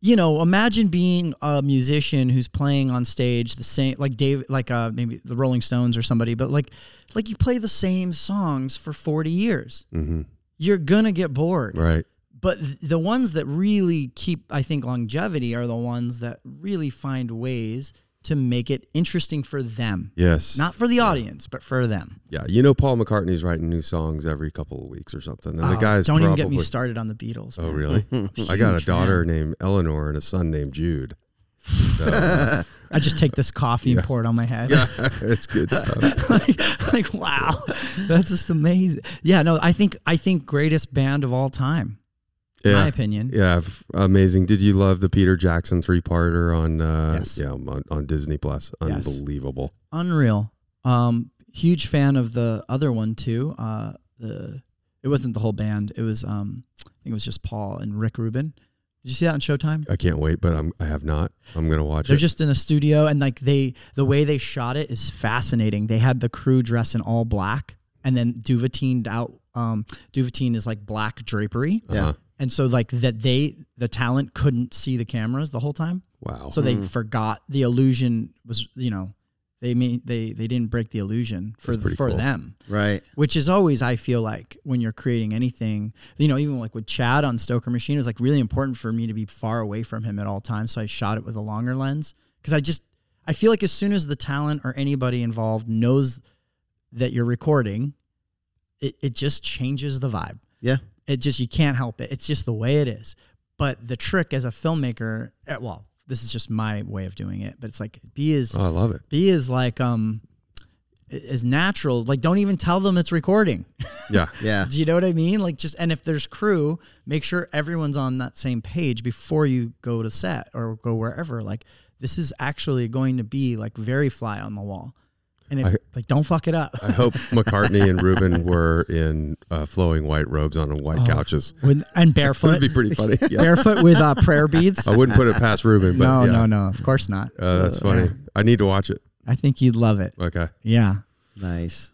you know, imagine being a musician who's playing on stage the same like Dave like uh maybe the Rolling Stones or somebody, but like like you play the same songs for 40 years.
Mm-hmm.
You're gonna get bored.
Right.
but th- the ones that really keep i think longevity are the ones that really find ways to make it interesting for them
Yes.
not for the audience but for them
yeah. You know, Paul McCartney's writing new songs every couple of weeks or something. And the
Oh,
guys
don't even get me
probably-
started on the beatles
Oh,
man.
really? I got a daughter named Eleanor and a son named Jude. So,
i just take this coffee and pour it on my head
it's good stuff.
like, like, wow that's just amazing yeah no i think i think greatest band of all time in my opinion
Yeah, f- amazing. Did you love the Peter Jackson three parter on uh
Yes.
yeah, on, on Disney Plus?
Yes.
Unbelievable.
Unreal. Um, huge fan of the other one too. Uh, the it wasn't the whole band. It was um, I think it was just Paul and Rick Rubin. Did you see that on Showtime?
I can't wait, but I'm I have not. I'm gonna watch
They're
it.
just in a studio and like they the way they shot it is fascinating. They had the crew dress in all black and then duvetined out. Um, duvetine is like black drapery,
Uh-huh.
and so like that they the talent couldn't see the cameras the whole time.
Wow.
So they forgot the illusion was, you know, they mean they they didn't break the illusion for
That's pretty
for
cool.
them,
right.
which is always I feel like when you're creating anything, you know, even like with Chad on Stoker Machine, it was like really important for me to be far away from him at all times. So I shot it with a longer lens because I just I feel like as soon as the talent or anybody involved knows that you're recording, it, it just changes the vibe
Yeah.
it just you can't help it it's just the way it is but the trick as a filmmaker eh, well this is just my way of doing it but it's like be as
oh, I love it.
be as like um as natural like don't even tell them it's recording
Yeah.
Yeah.
do you know what i mean like just and if there's crew make sure everyone's on that same page before you go to set or go wherever like this is actually going to be like very fly on the wall and if
I-
like don't fuck it up
I hope McCartney and Rubin were in uh, flowing white robes on white
Oh.
couches.
When- and
That'd
barefoot
be pretty funny. Yeah. Oh,
barefoot with uh, prayer beads
I wouldn't put it past Rubin, but
no,
yeah.
no, no. Of course not.
Uh, that's funny.
yeah.
I need to watch it.
I think you'd love it.
Okay.
Yeah.
Nice.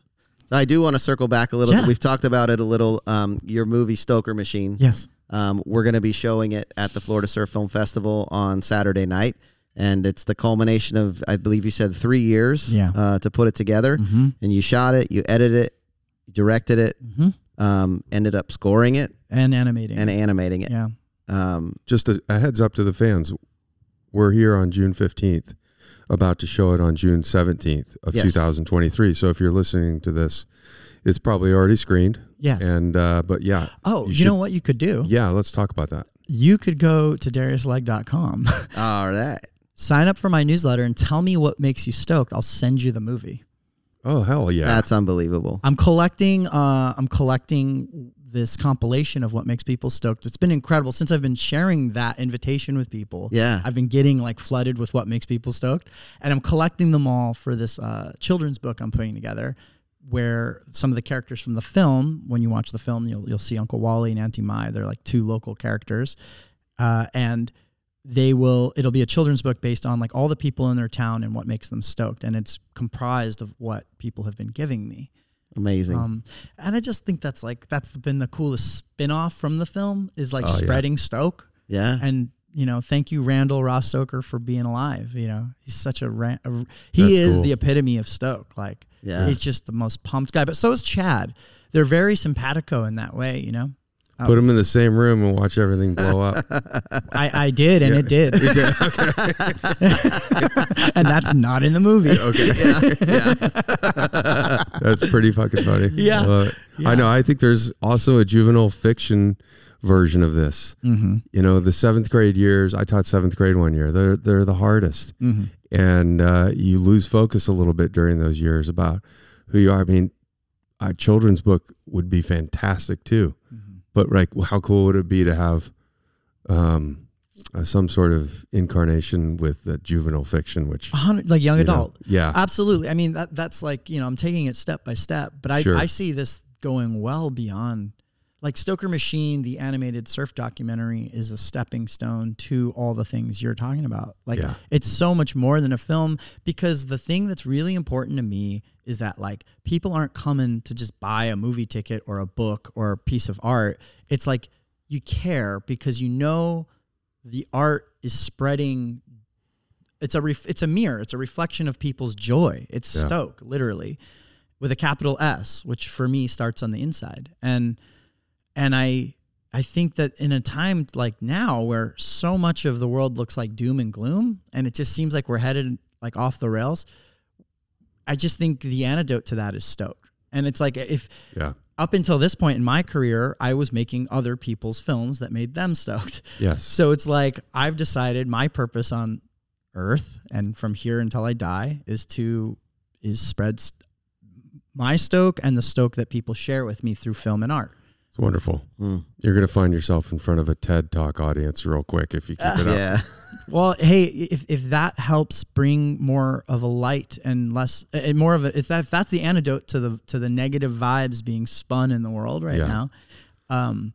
So I do want to circle back a little.
Yeah.
bit. We've talked about it a little. Um, your movie Stoker Machine.
Yes.
Um, we're going to be showing it at the Florida Surf Film Festival on Saturday night. And it's the culmination of, I believe you said, three years
Yeah. Mm-hmm.
uh, to put it together. And you shot it, you edited it, you directed it,
Mhm.
um, ended up scoring it
And animating.
and animating it.
yeah.
Um,
just a, a heads up to the fans we're here on june 15th about to show it on june 17th of
Yes.
2023 so if you're listening to this it's probably already screened
Yes.
and uh but yeah
oh, you,
should-
know what you could do?
yeah let's talk about that
You could go to dariusleg.com,
all right.
sign up for my newsletter, and tell me what makes you stoked. I'll send you the movie.
oh hell yeah
That's unbelievable.
I'm collecting. Uh, I'm collecting this compilation of what makes people stoked. It's been incredible since I've been sharing that invitation with people.
Yeah.
I've been getting like flooded with what makes people stoked, and I'm collecting them all for this uh, children's book I'm putting together, where some of the characters from the film, when you watch the film, you'll you'll see Uncle Wally and Auntie Mai. They're like two local characters, uh, and they will it'll be a children's book based on like all the people in their town and what makes them stoked and it's comprised of what people have been giving me
Amazing.
Um, and I just think that's like that's been the coolest spin-off from the film is like
Oh, yeah.
spreading Stoke.
yeah.
And you know, thank you Randall Ross Stoker for being alive. You know, he's such a, ran- a he
That's
is
cool.
the epitome of Stoke. Like,
Yeah.
he's just the most pumped guy. But so is Chad. They're very simpatico in that way. You know,
Put them in the same room and watch everything blow up.
I, I did, and it did, and that's not in the movie.
That's pretty fucking funny.
Yeah.
I love it. I know. I think there's also a juvenile fiction version of this. Mm-hmm. You know, the seventh grade years, I taught seventh grade one year. They're, they're the hardest.
Mm-hmm.
And uh, you lose focus a little bit during those years about who you are. I mean, a children's book would be fantastic too.
Mm-hmm.
But like, how cool would it be to have um, uh, some sort of incarnation with uh, juvenile fiction, which
A hundred- like young
you know,
adult.
yeah,
Absolutely. I mean that that's like, you know, I'm taking it step by step, but I,
Sure.
I see this going well beyond like Stoker Machine, the animated surf documentary is a stepping stone to all the things you're talking about. Like
Yeah.
it's so much more than a film because the thing that's really important to me is that like people aren't coming to just buy a movie ticket or a book or a piece of art. It's like you care because you know the art is spreading it's a ref, it's a mirror it's a reflection of people's joy it's
Yeah.
stoke literally with a capital s which for me starts on the inside and and i i think that in a time like now where so much of the world looks like doom and gloom and it just seems like we're headed like off the rails i just think the antidote to that is stoke and it's like if
yeah,
up until this point in my career i was making other people's films that made them stoked
yes,
so it's like I've decided my purpose on Earth and from here until I die is to is spread st- my stoke and the stoke that people share with me through film and art.
it's wonderful. You're gonna find yourself in front of a TED Talk audience real quick if you keep it up.
yeah.
Well, hey, if, if that helps bring more of a light and less and more of a if that if that's the antidote to the to the negative vibes being spun in the world right
Yeah.
now, um,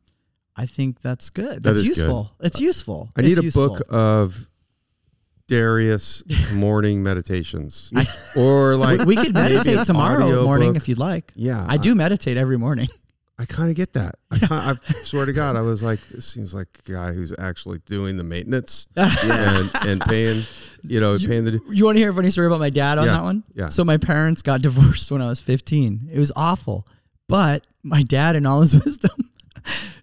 I think that's
That
good. That's
is good.
useful. It's useful.
I need
It's
a
useful.
book of Darius morning meditations, or like
we could
maybe
meditate
an
tomorrow morning
audiobook.
if you'd like.
yeah,
I do meditate every morning.
I, kind of get that. I, ki- I swear to God, I was like, this seems like a guy who's actually doing the maintenance and, and paying, you know, paying the.
You want to hear a funny story about my dad on
Yeah,
that one?
yeah.
So my parents got divorced when I was 15. It was awful. But my dad, in all his wisdom,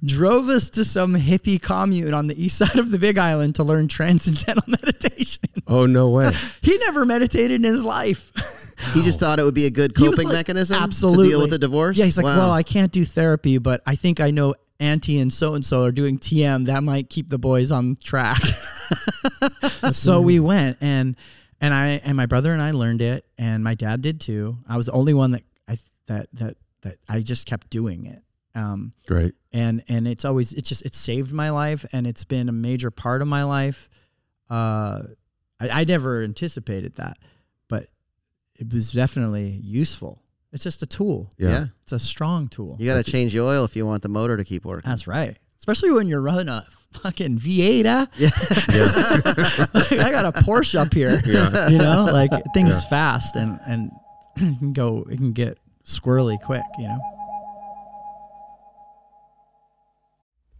drove us to some hippie commune on the east side of the Big Island to learn transcendental meditation.
Oh no way!
He never meditated in his life.
He just thought it would be a good
He was
coping
like,
mechanism
absolutely.
to deal with a divorce.
Yeah, he's like,
Wow.
well, I can't do therapy, but I think I know Auntie and so and so are doing TM. That might keep the boys on track. so we went and and I and my brother and I learned it, and my dad did too. I was the only one that I that that that I just kept doing it. Um,
Great.
and and it's always it's just it's saved my life and it's been a major part of my life uh i, I never anticipated that but it was definitely useful it's just a tool
Yeah.
Yeah.
it's a strong tool
You got to change the oil if you want the motor to keep working.
that's right especially when you're running a fucking v8 uh. yeah, i got a porsche up here
Yeah.
you know like things fast and and it can go it can get squirrely quick you know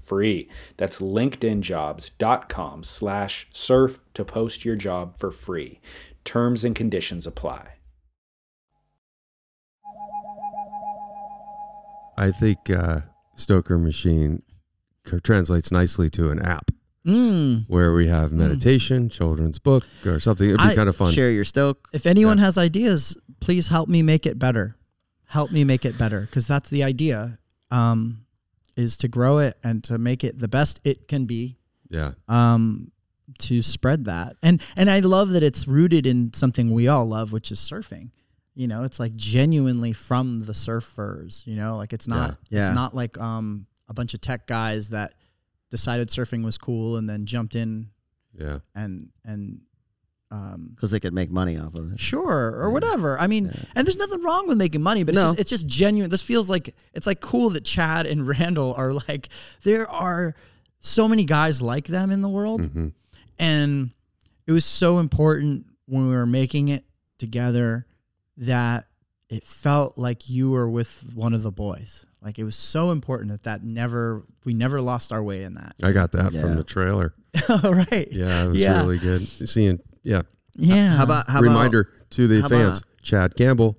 free that's linkedinjobs.com slash surf to post your job for free terms and conditions apply
I think uh, Stoker Machine c- translates nicely to an app
Mm.
where we have meditation, children's book, or something. It'd be
I-
kind of fun.
Share your stoke.
If anyone has ideas, please help me make it better. Help me make it better because that's the idea um, is to grow it and to make it the best it can be
Yeah,
um, to spread that. And and I love that it's rooted in something we all love, which is surfing. You know, it's like genuinely from the surfers. You know, like it's not
Yeah.
it's not like um, a bunch of tech guys that decided surfing was cool and then jumped in
yeah.
and and um,
because they could make money off of it.
sure or whatever. I mean, and there's nothing wrong with making money, but
No.
it's, just, it's just genuine. This feels like it's like cool that Chad and Randall are like there are so many guys like them in the world,
Mm. Mm-hmm.
and it was so important when we were making it together that it felt like you were with one of the boys. Like it was so important that that never we never lost our way in that.
I got that
Yeah.
from the trailer.
All right.
Yeah, it was
Yeah.
really good seeing. Yeah,
Yeah.
How about how
reminder to the
how
fans:
about-
Chad Campbell,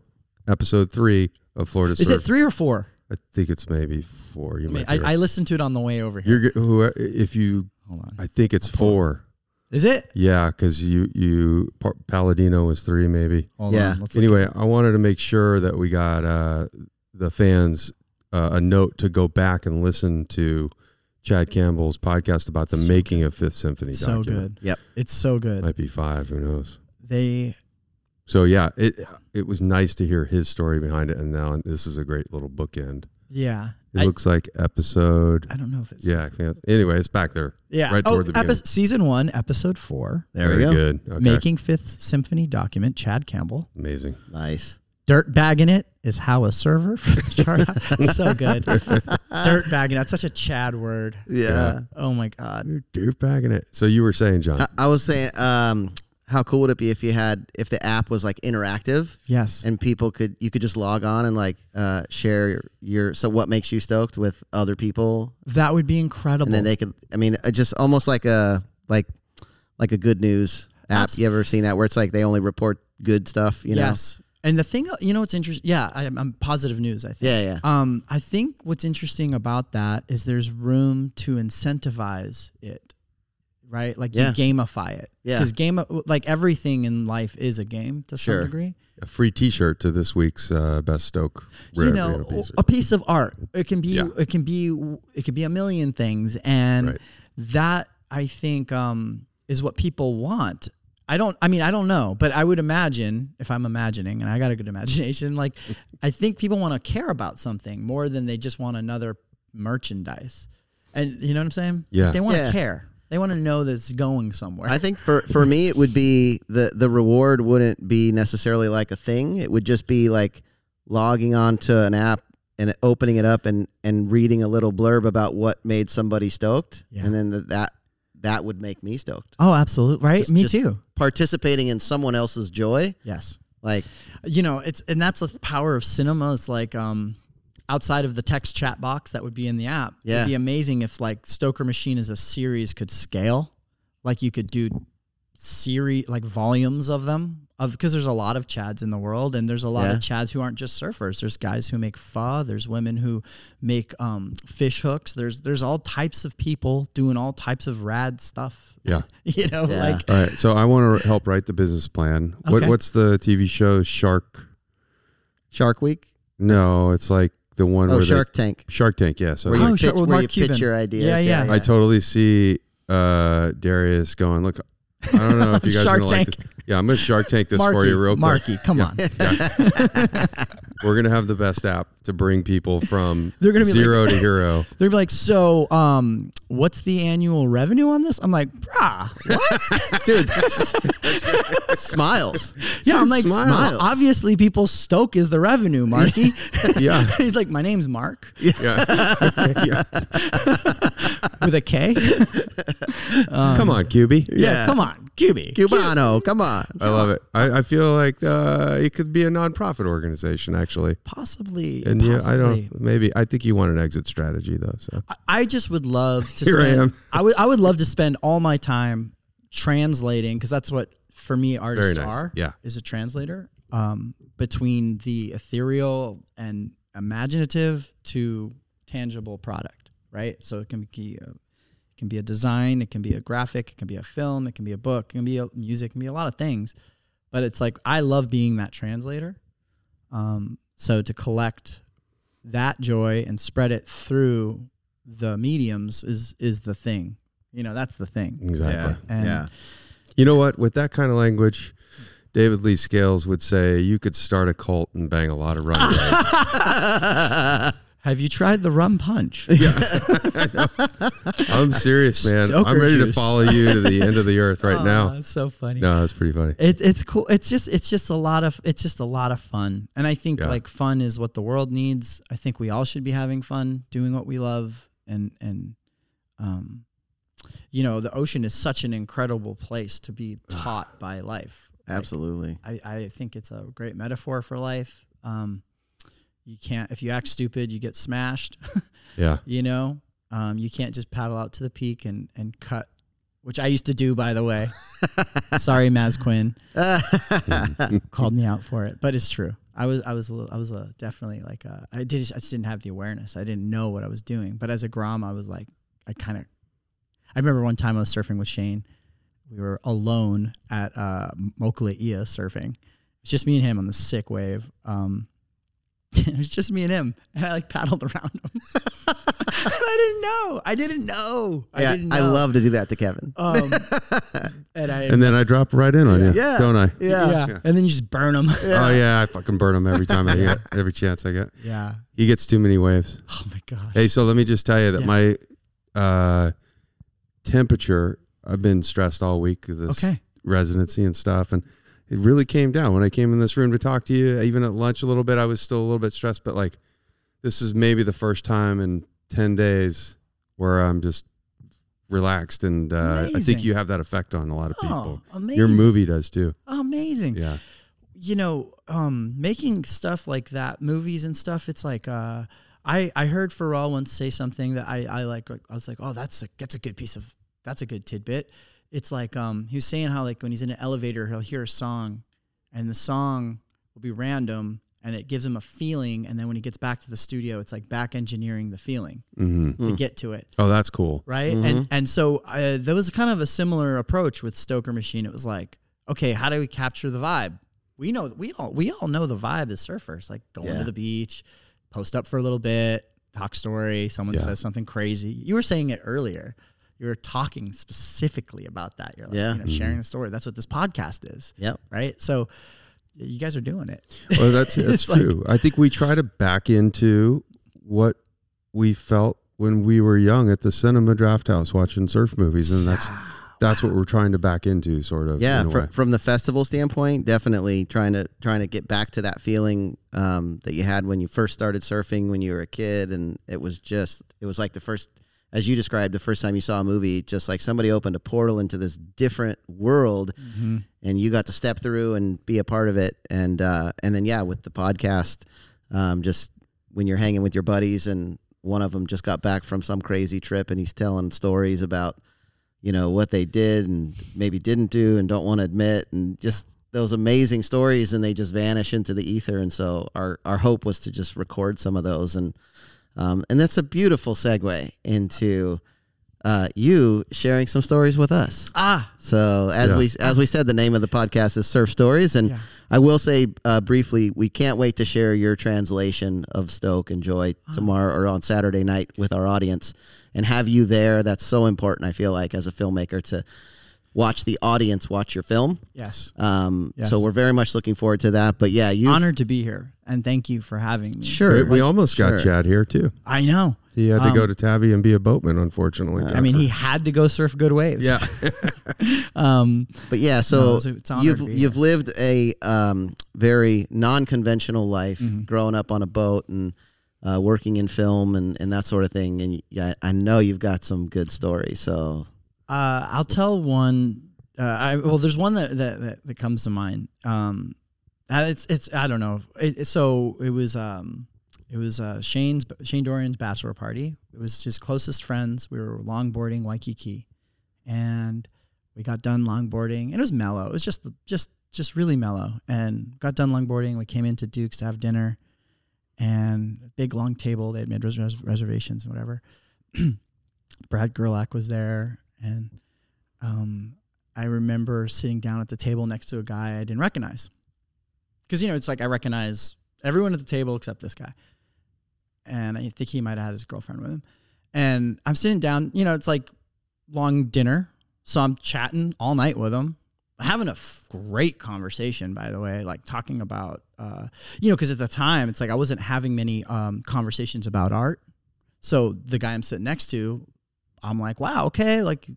episode three of Florida
Is
Surf.
it three or four?
I think it's maybe four. You
I mean,
might. be right.
I, I listened to it on the way over here.
You're g- who if you.
Hold on.
I think it's four.
Is it?
Yeah, because you you Pa- Paladino was three maybe.
Hold
Yeah.
on. Let's look.
Anyway, I wanted to make sure that we got uh, the fans uh, a note to go back and listen to Chad Campbell's podcast about the
So
making of Fifth Symphony.
It's so
document.
good.
Yep.
It's so good.
Might be five. Who knows?
They
So yeah, it it was nice to hear his story behind it, and now this is a great little bookend.
yeah.
It
I,
looks like episode.
I don't know if it's
Yeah. I can't- Anyway, it's back there.
Yeah.
Right
oh,
toward the beginning.
epi- season 1, episode 4.
There we
Very
go.
good. Okay.
Making Fifth Symphony document Chad Campbell.
amazing.
Nice.
Dirt bagging it is how a server for the chart. so good. Dirt bagging. That's such a Chad word.
Yeah.
Oh my god.
You're dirtbagging it. So you were saying,
Uh,
John?
I, I was saying, um, how cool would it be if you had if the app was like interactive
Yes.
and people could you could just log on and like uh, share your, your so what makes you stoked with other people
that would be incredible.
and then they could I mean uh, just almost like a like like a good news app.
Abs-
You ever seen that where it's like they only report good stuff? You know.
yes. And the thing, you know, what's interesting. Yeah, I, I'm positive news. I think.
Yeah. Yeah.
Um, I think what's interesting about that is there's room to incentivize it, right? Like
Yeah.
you gamify it.
Yeah.
Because game, like everything in life is a game to
Sure.
some degree.
a free T-shirt to this week's uh, best Stoke.
you
Rare
know,
Burrito Piece.
a piece of art. It can be.
Yeah.
It can be. It can be a million things, and
Right.
that I think um, is what people want. I don't. I mean, I don't know, but I would imagine if I'm imagining, and I got a good imagination. Like, I think people want to care about something more than they just want another merchandise. And you know what I'm saying?
Yeah.
They want to
Yeah.
care. They want to know that it's going somewhere.
I think for for me it would be the the reward wouldn't be necessarily like a thing. It would just be like logging onto an app and opening it up and and reading a little blurb about what made somebody stoked,
Yeah.
and then th- that that would make me stoked.
oh, absolutely. Right.
Just-
Me
just-
too.
Participating in someone else's joy,
Yes.
like
you know it's and that's the power of cinema it's like um outside of the text chat box that would be in the app
Yeah.
it'd be amazing if like stoker machine as a series could scale like you could do series like volumes of them of because there's a lot of chads in the world and there's a lot
Yeah.
of chads who aren't just surfers there's guys who make pho there's women who make um fish hooks there's there's all types of people doing all types of rad stuff
yeah.
you know
Yeah.
like
All right. So I want to help write the business plan. What
Okay.
What's the TV show Shark?
Shark Week,
No, it's like the one
oh
where
Shark Tank,
They, Shark Tank. Yeah. So
where you
Oh,
pitch,
sure, with
where
Mark
you pitch
Cuban.
your ideas.
Yeah, yeah.
I totally see uh, Darius going. Look, I don't know if you guys are
Shark
gonna like
Tank.
this. Yeah, I'm gonna Shark Tank this
marky
for you real quick.
marky come on
We're gonna have the best app to bring people from
They're gonna be like-
zero to hero.
They're like, so, um, what's the annual revenue on this? I'm like, brah, what?
dude. smiles.
yeah, I'm like,
Smiles.
smile. Obviously, people stoke is the revenue, Marky.
Yeah.
He's like, my name's Mark
Yeah, yeah.
with a K.
Come on, QB.
Um, yeah, come on, QB.
Cubano, come on.
I love it. I, I feel like uh, it could be a nonprofit organization actually.
Possibly.
And yeah, I
possibly.
don't. Maybe I think you want an exit strategy though. So
I just would love to
Here I
spend. I,
am.
would I would love to spend all my time translating because that's what for me artists
nice.
are.
Yeah.
is a translator um, between the ethereal and imaginative to tangible product, right? So it can be a, it can be a design, it can be a graphic, it can be a film, it can be a book, it can be a music, it can be a lot of things. But it's like I love being that translator. Um, so to collect that joy and spread it through the mediums is is the thing. You know, that's the thing.
exactly.
And
yeah.
You know what? With that kind of language, David Lee Scales would say you could start a cult and bang a lot of runaways.
have you tried the rum punch?
I'm serious, man. I'm
Stoker
ready to
juice.
follow you to the end of the earth right
Aw,
now.
That's so funny.
No, that's pretty funny.
It, it's cool. It's just it's just a lot of it's just a lot of fun. And I think
Yeah.
like fun is what the world needs. I think we all should be having fun doing what we love and and um you know, the ocean is such an incredible place to be
Ah.
taught by life. Like,
Absolutely.
I, I think it's a great metaphor for life. Um, you can't if you act stupid, you get smashed.
Yeah.
you know, um, you can't just paddle out to the peak and and cut, which I used to do, by the way. Sorry, Maz Quinn called me out for it, but it's true. I was I was a little, I was a, definitely like uh, I did I just didn't have the awareness. I didn't know what I was doing. But as a grom, I was like I kind of. I remember one time I was surfing with Shane. We were alone at uh, Mokulea surfing. It's just me and him on the sick wave. Um, it was just me and him, and I like paddled around him. I didn't know. I didn't know. I
yeah,
didn't know.
I love to do that to Kevin.
Um, and I.
And then I drop right in on you,
Yeah.
don't I?
yeah. and then you just burn them.
Oh yeah, I fucking burn him every time I get every chance I get.
yeah.
He gets too many waves.
Oh my gosh.
Hey, so let me just tell you that my uh, temperature, I've been stressed all week with this
Okay.
residency and stuff. And it really came down when I came in this room to talk to you, even at lunch a little bit, I was still a little bit stressed, but like this is maybe the first time in 10 days where I'm just relaxed. And uh, I
Amazing.
think you have that effect on a lot of people.
Oh, amazing.
Your movie does too.
Amazing.
Yeah.
you know, um, making stuff like that, movies and stuff, it's like uh, I I heard Pharrell once say something that I I like. I was like, oh, that's a that's a good piece of that's a good tidbit. It's like um, he was saying how like when he's in an elevator, he'll hear a song, and the song will be random, and it gives him a feeling, and then when he gets back to the studio, it's like back engineering the feeling
hmm
to get to it
Oh, that's cool.
right? And and so uh, there was kind of a similar approach with Stoker Machine. It was like, okay, how do we capture the vibe? We know we all we all know the vibe as surfers, like going
Yeah.
to the beach, post up for a little bit, talk story. Someone
Yeah.
says something crazy. You were saying it earlier. You were talking specifically about that. You're like,
Yeah.
you know, sharing the story. That's what this podcast is,
Yep.
right? So you guys are doing it.
Well, that's that's
It's like-
true. I think we try to back into what we felt when we were young at the cinema draft house watching surf movies, and that's that's what we're trying to back into, sort of.
Yeah,
in a
fr-
way.
from the festival standpoint, definitely trying to trying to get back to that feeling um, that you had when you first started surfing when you were a kid, and it was just it was like the first, as you described, the first time you saw a movie, just like somebody opened a portal into this different world, and you got to step through and be a part of it, and uh, and then yeah, with the podcast, um, just when you're hanging with your buddies and one of them just got back from some crazy trip and he's telling stories about you know what they did and maybe didn't do and don't want to admit and just those amazing stories and they just vanish into the ether and so our our hope was to just record some of those and um, and that's a beautiful segue into uh, you sharing some stories with us
Ah,
so as
Yeah.
we as we said, the name of the podcast is Surf Stories, and
Yeah.
I will say uh, briefly, we can't wait to share your translation of Stoke and Joy
Ah.
tomorrow or on Saturday night with our audience, and have you there. That's so important. I feel like as a filmmaker to watch the audience watch your film.
Yes.
Um,
Yes.
So we're very much looking forward to that. But yeah, you
Honored to be here, and thank you for having me.
Sure,
we
like-
almost got
sure.
Chad here too.
I know.
He had to
Um,
go to Tavi and be a boatman, unfortunately.
I mean, he had to go surf good waves.
yeah,
Um,
But yeah, so
it's- it's an honor
you've
to be
you've lived a um, very non-conventional life,
Mm-hmm.
growing up on a boat and uh, working in film and, and that sort of thing. And yeah, I know you've got some good stories. So
Uh, I'll tell one. Uh, I well, there's one that that, that, that comes to mind. Um, uh, it's it's I don't know. It, it- so it was um, it was uh, Shane's Shane Dorian's bachelor party. It was just closest friends. We were longboarding Waikiki, and we got done longboarding. And it was mellow. It was just just just really mellow. And got done longboarding. We came into Duke's to have dinner, and big long table. They had made res- res- reservations and whatever. Brad Gerlach was there, and um, I remember sitting down at the table next to a guy I didn't recognize. Because, you know, it's like I recognize everyone at the table except this guy. And I think he might have had his girlfriend with him. And I'm sitting down, you know, it's like long dinner. So I'm chatting all night with him, having a f- great conversation, by the way, like talking about, uh, you know, because at the time, it's like I wasn't having many um, conversations about art. So the guy I'm sitting next to, I'm like, wow, okay, like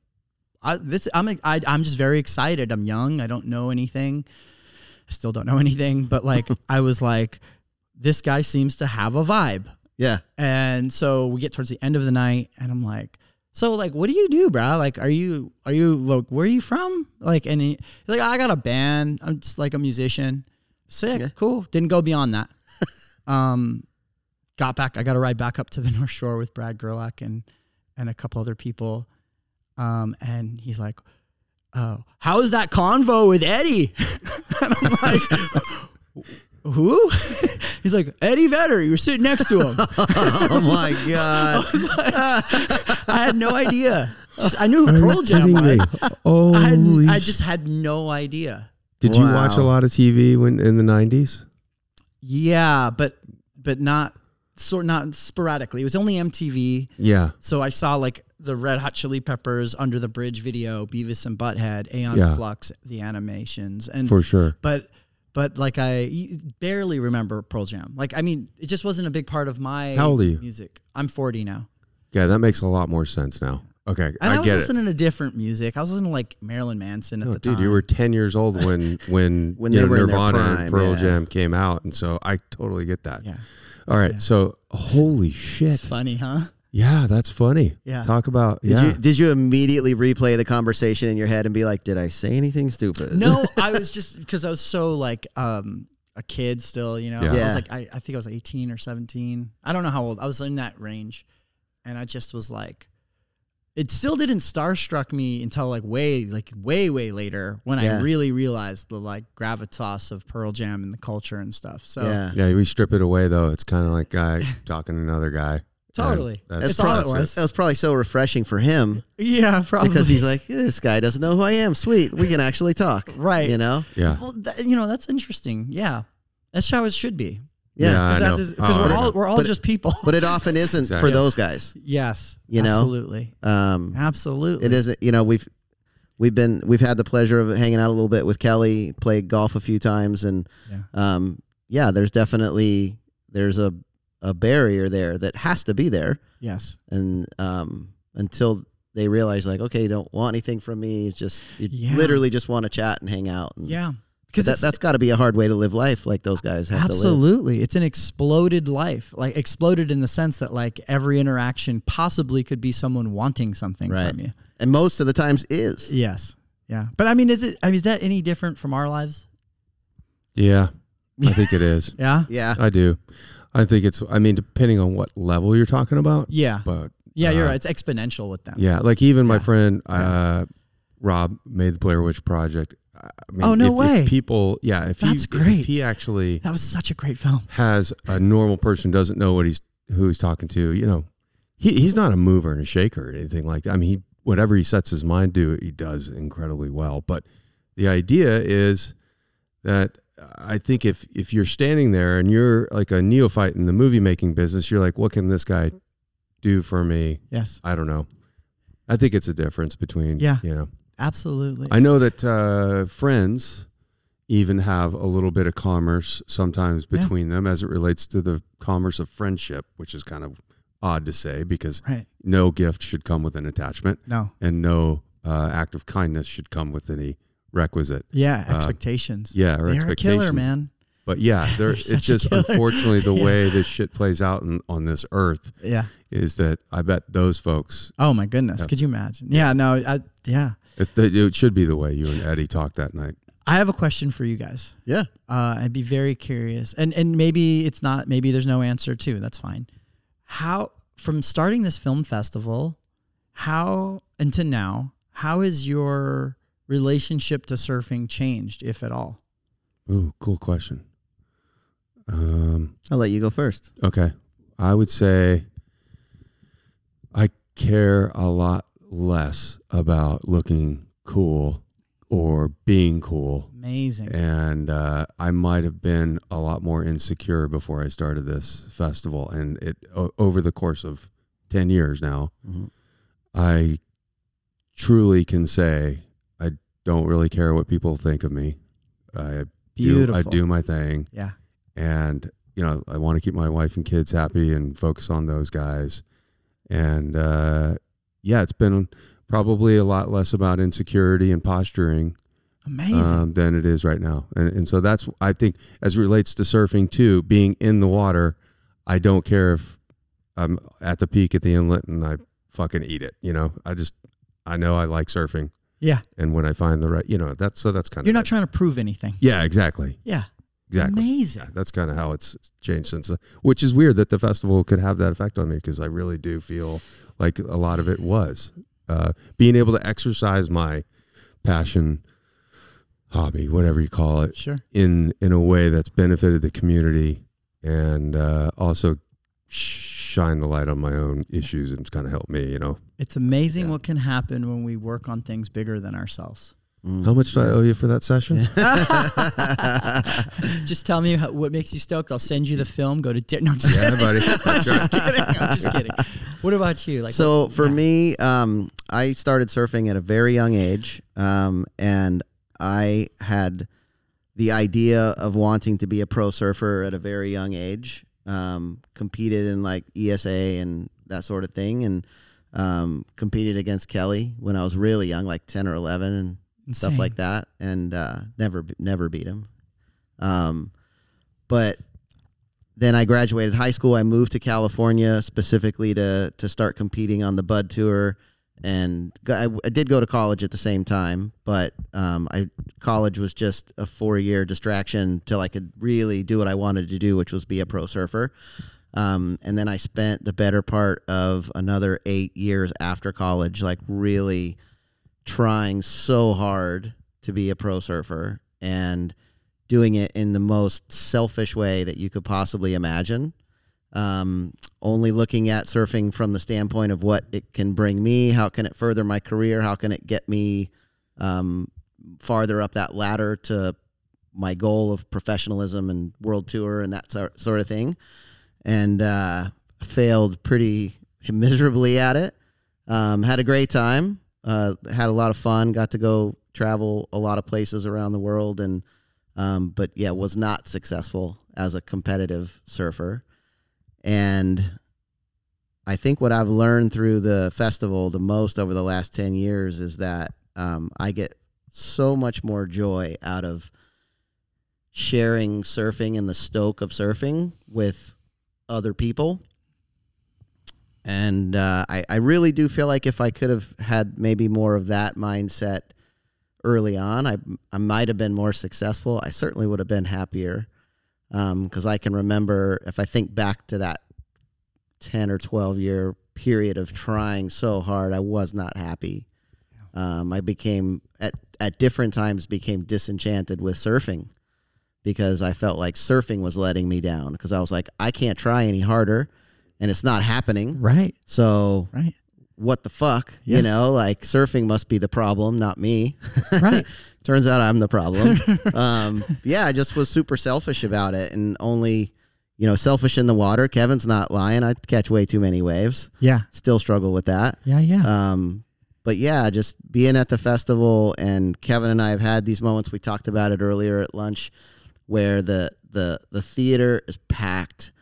I, this I'm I, I'm just very excited. I'm young. I don't know anything. I still don't know anything, but like I was like, this guy seems to have a vibe.
yeah,
And so we get towards the end of the night, and I'm like, so like, what do you do, bro? Like, are you are you like, where are you from? Like, and he, he's like, "Oh, I got a band. I'm just like a musician. Sick,
Yeah.
cool. Didn't go beyond that. um, got back. I got a ride back up to the North Shore with Brad Gerlach and and a couple other people. Um, and he's like, oh, how's that convo with Eddie? and I'm like, who? he's like, Eddie Vedder. You were sitting next to him.
oh my god,
I had no idea. Just, I knew who Pearl Jam was. I, had,
Holy!
I
sh-
just had no idea.
did you watch a
Wow.
lot of TV when in the nineties?
Yeah, but but not sort not sporadically. It was only MTV.
Yeah,
So I saw like the Red Hot Chili Peppers Under the Bridge video, Beavis and Butthead, Aeon
Yeah.
Flux, the animations, and
for sure.
but but like I barely remember Pearl Jam. Like I mean, it just wasn't a big part of my
How old are you?
music. I'm 40 now.
Yeah, that makes a lot more sense now. Okay,
And I,
I,
was
get it.
listening to different music. I was listening to like Marilyn Manson at
No,
the
dude,
time.
you were ten years old when when,
When
you
they
know,
were in their
Nirvana
prime,
and Pearl
yeah.
Jam came out, and so I totally get that.
yeah.
All right, so holy shit!
It's funny, huh?
Yeah, that's funny.
Yeah.
talk about
did
yeah.
you did you immediately replay the conversation in your head and be like, did I say anything stupid?
No, I was just because I was so like um a kid still, you know.
Yeah.
I
Yeah.
was like I, I think I was 18 or 17. I don't know how old. I was in that range. And I just was like it still didn't starstruck me until like way like way way later when
Yeah.
I really realized the like gravitas of Pearl Jam and the culture and stuff. So
yeah,
yeah, we strip it away though. It's kind of like guy talking to another guy.
Totally.
And
That's all it
probably-
was.
That was probably so refreshing for him
Oh, yeah, probably
because he's like, this guy doesn't know who I am. Sweet, we can actually talk.
Right.
You know.
Yeah.
well, that, you know, that's interesting. Yeah. That's how it should be.
Yeah.
Yeah. I know.
Because
Oh,
we're
I know.
all we're all
But-
just people.
But it often isn't
Exactly.
for those guys.
yes.
You know?
Absolutely.
Um,
Absolutely.
it isn't you know we've we've been we've had the pleasure of hanging out a little bit with kelly played golf a few times and
Yeah.
um yeah there's definitely there's a a barrier there that has to be there
Yes.
and um until they realize like okay you don't want anything from me it's just you
Yeah.
literally just want to chat and hang out and
Yeah.
because
it's-
that, that's got to be a hard way to live life like those guys have to live
absolutely it's an exploded life like exploded in the sense that like every interaction possibly could be someone wanting something
Right.
from you
and most of the times is
yes yeah but i mean is it I mean, is that any different from our lives
Yeah, I think it is.
yeah
yeah
I do. I think it's. I mean, depending on what level you're talking about.
yeah
But
yeah you're
uh,
right it's exponential with them
Yeah, like even my
Yeah.
friend uh, Rob made the Blair Witch Project. I I mean,
Oh, no
if- if
way.
people, yeah, if he-
That's
if
great.
he actually
that was such a great film
has a normal person doesn't know what he's who he's talking to. You know, he he's not a mover and a shaker or anything like that. I mean, he whatever he sets his mind to, he does incredibly well. But the idea is that I think if if you're standing there and you're like a neophyte in the movie making business, you're like, what can this guy do for me?
yes
I don't know. I think it's a difference between
Yeah.
you know
Absolutely.
I know that uh, friends even have a little bit of commerce sometimes
Yeah.
between them as it relates to the commerce of friendship, which is kind of odd to say because
Right.
no gift should come with an attachment
No.
and no uh, act of kindness should come with any requisite.
Yeah.
Uh,
Expectations.
yeah, or
They're a killer,
expectations.
man.
But yeah, there,
You're
it's
such a
just
killer.
unfortunately the
Yeah.
way this shit plays out in, on this earth
Yeah.
is that I bet those folks,
Oh my goodness.
Yeah.
Could you imagine? Yeah. No. I, yeah.
it's the, it should be the way you and Eddie talked that night.
I have a question for you guys.
Yeah.
Uh, I'd be very curious, and and maybe it's not. Maybe there's no answer too. That's fine. How from starting this film festival, how until now, how has your relationship to surfing changed, if at all?
Ooh, cool question. Um,
I'll let you go first.
Okay. I would say I care a lot less about looking cool or being cool.
Amazing.
And uh, I might have been a lot more insecure before I started this festival. And it o- over the course of 10 years now,
Mhm.
I truly can say I don't really care what people think of me. I do,
Beautiful.
I do my thing
Yeah.
and you know i want to keep my wife and kids happy and focus on those guys and uh, yeah it's been probably a lot less about insecurity and posturing
Amazing.
um, than it is right now and, and so that's i think as it relates to surfing too being in the water i don't care if i'm at the peak at the inlet and i fucking eat it you know i just i know i like surfing
yeah.
and when i find the right you know that's so that's kind
You're
of
not trying to prove anything.
yeah exactly
Yeah.
exactly yeah,
Amazing.
that's kind of how it's changed since, uh, which is weird that the festival could have that effect on me because I really do feel like a lot of it was uh, being able to exercise my passion, hobby, whatever you call it,
Sure.
in in a way that's benefited the community and uh, also shine the light on my own issues and it's kind of helped me. You know,
It's amazing
Yeah.
what can happen when we work on things bigger than ourselves.
how much do I owe you for that session?
Just tell me how, what makes you stoked. I'll send you the film. Go to di- no. I'm just
Yeah,
kidding.
buddy. That's right.
just kidding. I'm just kidding. What about you? Like
so
what-
for
yeah.
me, um, I started surfing at a very young age, um, and I had the idea of wanting to be a pro surfer at a very young age. Um, competed in like ESA and that sort of thing, and um, competed against Kelly when I was really young, like ten or eleven, and stuff
Insane.
like that, and uh, never never beat him. Um, but then I graduated high school. I moved to California specifically to to start competing on the Bud Tour, and go- I, I did go to college at the same time. But um, I college was just a four year distraction till I could really do what I wanted to do, which was be a pro surfer. Um, and then I spent the better part of another eight years after college, like really trying so hard to be a pro surfer and doing it in the most selfish way that you could possibly imagine. Um, only looking at surfing from the standpoint of what it can bring me, how can it further my career, how can it get me um, farther up that ladder to my goal of professionalism and world tour and that sor- sort of thing. And uh, failed pretty miserably at it. Um, had a great time. Uh, had a lot of fun. Got to go travel a lot of places around the world, and um, but yeah, was not successful as a competitive surfer. And I think what I've learned through the festival the most over the last ten years is that um, I get so much more joy out of sharing surfing and the stoke of surfing with other people and uh, I, I really do feel like if I could have had maybe more of that mindset early on, I, I might have been more successful. I certainly would have been happier because I can remember if I think back to that 10 or 12 year period of trying so hard, I was not happy. Um, I became at, at different times became disenchanted with surfing because I felt like surfing was letting me down because I was like, I can't try any harder and it's not happening.
right,
So
right,
what the fuck?
Yeah.
You know, like surfing must be the problem, not me.
right.
Turns out I'm the problem. um, yeah, I just was super selfish about it and only, you know, selfish in the water. Kevin's not lying. I catch way too many waves.
yeah, Uh,
Still struggle with that.
yeah, yeah.
Um, but yeah, just being at the festival and Kevin and I have had these moments. We talked about it earlier at lunch, where the the the theater is packed.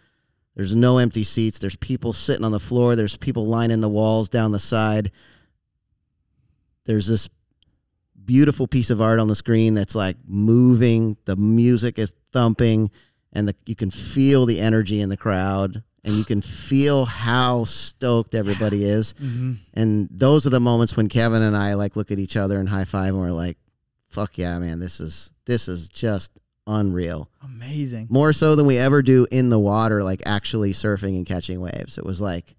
There's no empty seats. There's people sitting on the floor. There's people lining the walls down the side. There's this beautiful piece of art on the screen that's like moving. The music is thumping, and the, you can feel the energy in the crowd, and you can feel how stoked everybody is.
mm-hmm.
And those are the moments when Kevin and I like look at each other and high five, and we're like, "Fuck yeah, man! This is this is just unreal."
Amazing.
More so than we ever do in the water, like actually surfing and catching waves. It was like,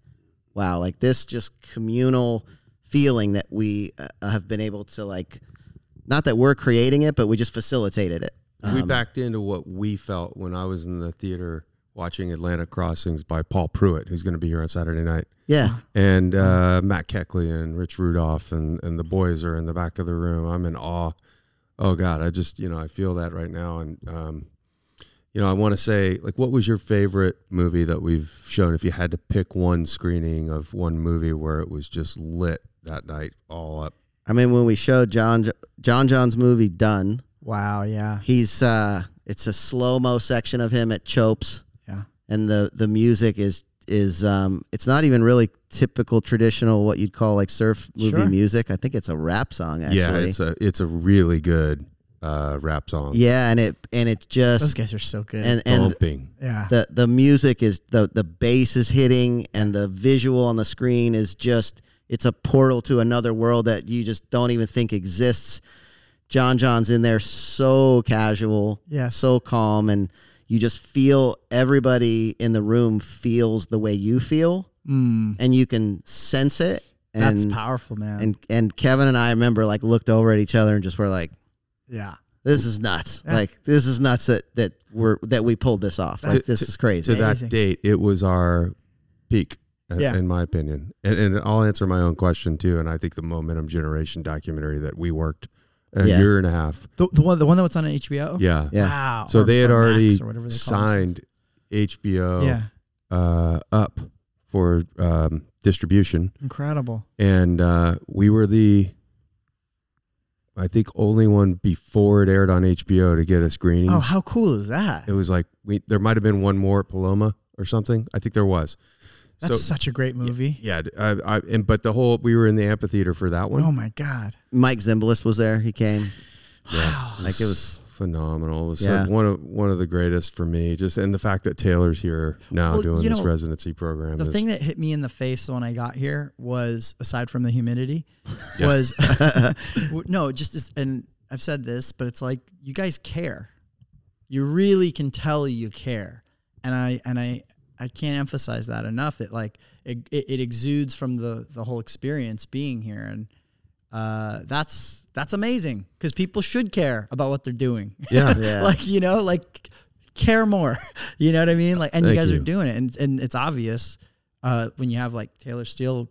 wow, like this just communal feeling that we uh, have been able to like, not that we're creating it, but we just facilitated it.
we
Um,
backed into what we felt when I was in the theater watching Atlantic Crossings by Paul Pruitt, who's going to be here on Saturday night.
Yeah,
and
Mm.
uh, Matt Keckley and Rich Rudolph and, and the boys are in the back of the room. I'm in awe. Oh God, I just you know I feel that right now, and um, you know I want to say like, what was your favorite movie that we've shown? If you had to pick one screening of one movie where it was just lit that night, all up.
I mean when we showed John John John's movie done,
Wow. Yeah.
he's uh, it's a slow mo section of him at Chopes.
Yeah.
and the the music is is um it's not even really typical traditional what you'd call like surf movie
Sure.
music. I think it's a rap song actually.
Yeah, it's a it's a really good uh, rap song.
yeah, and it and it
Those
just
guys are so good.
and and
bumping.
yeah.
the the music is the the bass is hitting and the visual on the screen is just it's a portal to another world that you just don't even think exists. John John's in there so casual,
Yeah.
so calm and you just feel everybody in the room feels the way you feel
Mm,
and you can sense it and
that's powerful, man.
and and Kevin and I remember like looked over at each other and just were like
yeah.
this is nuts.
Yeah.
Like this is nuts that that we're that we pulled this off.
That-
Like this is crazy.
to
Amazing.
that date, it was our peak, uh,
Yeah.
in my opinion. And, and I'll answer my own question too. And I think the Momentum Generation documentary that we worked a
Yeah.
year and a half.
The, the one the one that was on HBO.
Yeah.
Yeah.
Wow.
So
Oh. Or-
they had
or Max
already
or whatever they call
signed HBO
themselves. Yeah.
uh, up for um, distribution.
Incredible.
And uh, we were the, I think, only one before it aired on HBO to get a screening.
Oh, how cool is that?
Mm-hmm. It was like, we, there might have been one more at Paloma or something. I think there was.
That's such a great movie.
Yeah, d- I, I, and but the whole we were in the amphitheater for that one.
Oh my god.
Mike Zimbalist was there. He came.
Wow.
Like it was
phenomenal. It was uh,
Yeah.
one of one of the greatest for me. Just and the fact that Taylor's here now
Well,
doing
you
this
know,
residency program.
The
is,
thing that hit me in the face when I got here was, aside from the humidity, was w- no, just is- and I've said this, but it's like you guys care. You really can tell you care, and I and I I can't emphasize that enough. It like it, it, it exudes from the the whole experience being here, and uh, that's that's amazing because people should care about what they're doing.
yeah,
yeah.
like you know like care more you know what i mean like and you
Thank
guys
you.
are doing it and, and it's obvious uh when you have like taylor steele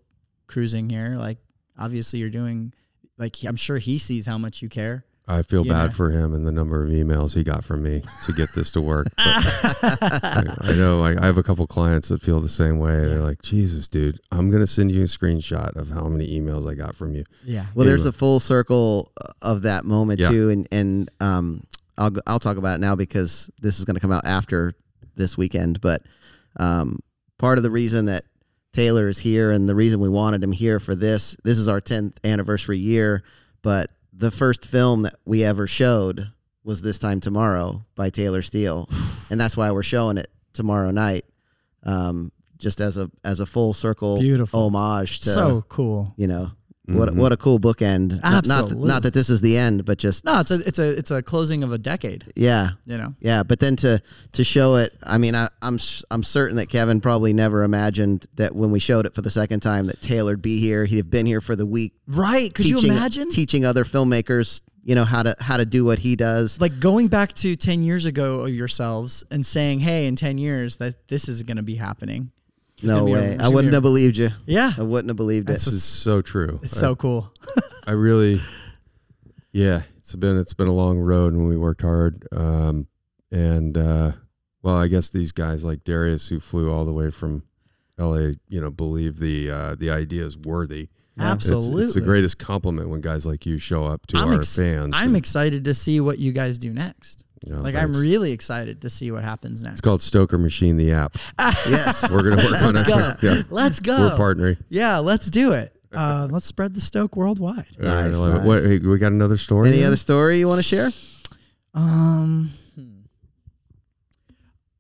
cruising here like obviously you're doing like i'm sure he sees how much you care
I feel
You
bad
know.
for him and the number of emails he got from me to get this to work. But I, I know I, I have a couple clients that feel the same way. They're like, Jesus, dude, I'm gonna send you a screenshot of how many emails I got from you.
yeah
Well, there's
Anyway.
a full circle of that moment
Yeah.
too, and and um, I'll go- I'll talk about it now because this is going to come out after this weekend. But um, part of the reason that Taylor is here and the reason we wanted him here for this this is our 10th anniversary year, but the first film that we ever showed was this time tomorrow by Taylor Steele, and that's why we're showing it tomorrow night, um, just as a as a full circle
Beautiful.
homage to
so cool
you know what what a cool bookend Not- not th-
Mm-hmm. Absolutely.
not that this is the end but just
no it's a it's a it's a closing of a decade
yeah
you know
yeah but then to to show it i mean I, i'm s- i'm certain that kevin probably never imagined that when we showed it for the second time that taylor'd be here he'd have been here for the week
right could
teaching
you imagine
teaching other filmmakers you know how to how to do what he does
like going back to 10 years ago of yourselves and saying hey in 10 years that this is going to be happening
no
gonna be a-
way
it's
I i
gonna
wouldn't
be a-
have believed you
yeah
i wouldn't have believed it
This is so true.
it's
I-
so cool
I really, yeah, it's been it's been a long road, and we worked hard. Um, and uh, well, I guess these guys like Darius, who flew all the way from L.A., you know, believe the uh, the idea is worthy,
Absolutely.
It's, it's the greatest compliment when guys like you show up to
I'm
our
ex-
fans.
I'm excited to see what you guys do next.
Yeah,
like
thanks.
I'm really excited to see what happens next.
It's called Stoker Machine the app.
Yes.
We're gonna work on it.
go.
Yeah.
Let's go.
We're partnering.
Yeah, let's do it. Uh, let's spread the Stoke worldwide.
All right, I
Nice,
love it.
nice.
What- hey, we got another story.
Any
then?
other story you want to share?
Um, hmm.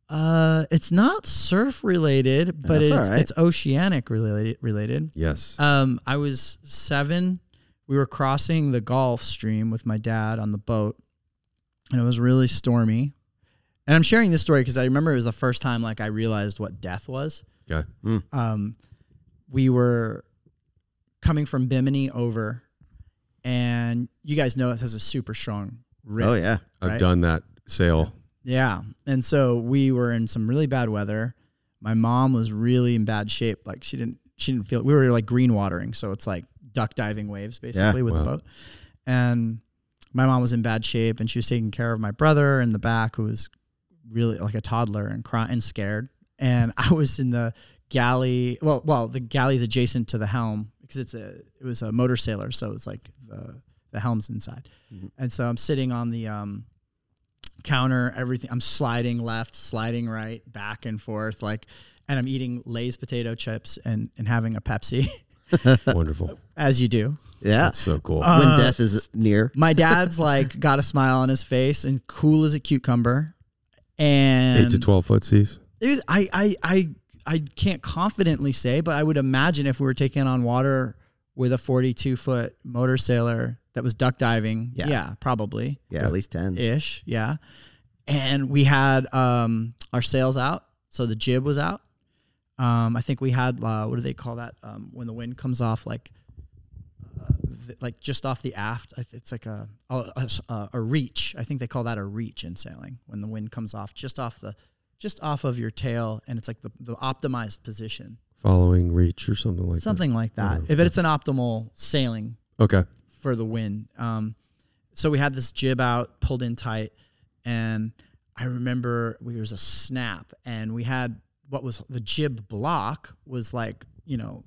uh, it's not surf related, but
That's all
it's
right.
it's oceanic related. Related.
Yes.
Um, I was seven. We were crossing the Gulf Stream with my dad on the boat, and it was really stormy. And I'm sharing this story because I remember it was the first time like I realized what death was.
Okay.
um, we were coming from Bimini over, and you guys know it has a super strong rip.
Oh yeah.
I've
right?
done that sale.
Yeah. And so we were in some really bad weather. My mom was really in bad shape. Like she didn't she didn't feel we were like green watering, so it's like duck diving waves basically with
wow.
the boat. And my mom was in bad shape and she was taking care of my brother in the back who was really like a toddler and crying and scared. And I was in the galley well well the galley's adjacent to the helm because it's a it was a motor sailor, so it's like the the helm's inside. And so I'm sitting on the um counter everything i'm sliding left sliding right back and forth like and i'm eating lay's potato chips and and having a pepsi
Wonderful.
as you do
Yeah.
That's so cool.
Uh,
when death is near.
my dad's like got a smile on his face and cool as a cucumber and
Eight to twelve foot seas.
it was- I, I i i can't confidently say but i would imagine if we were taking on water with a 42 foot motor sailor that was duck diving
Yeah.
yeah probably
Yeah, at least ten.
ish, yeah. And we had um, our sails out, so the jib was out. Um, I think we had uh, what do they call that um, when the wind comes off, like uh, th- like just off the aft. I th- It's like a, a- a s- a- a reach. I think they call that a reach in sailing when the wind comes off just off the just off of your tail, and it's like the, the optimized position,
Following reach or something like
something like that.
Yeah.
But it's an optimal sailing
that. Okay.
for the win. Um, so we had this jib out, pulled in tight, and I remember we, there was a snap, and we had what was the jib block was like you know,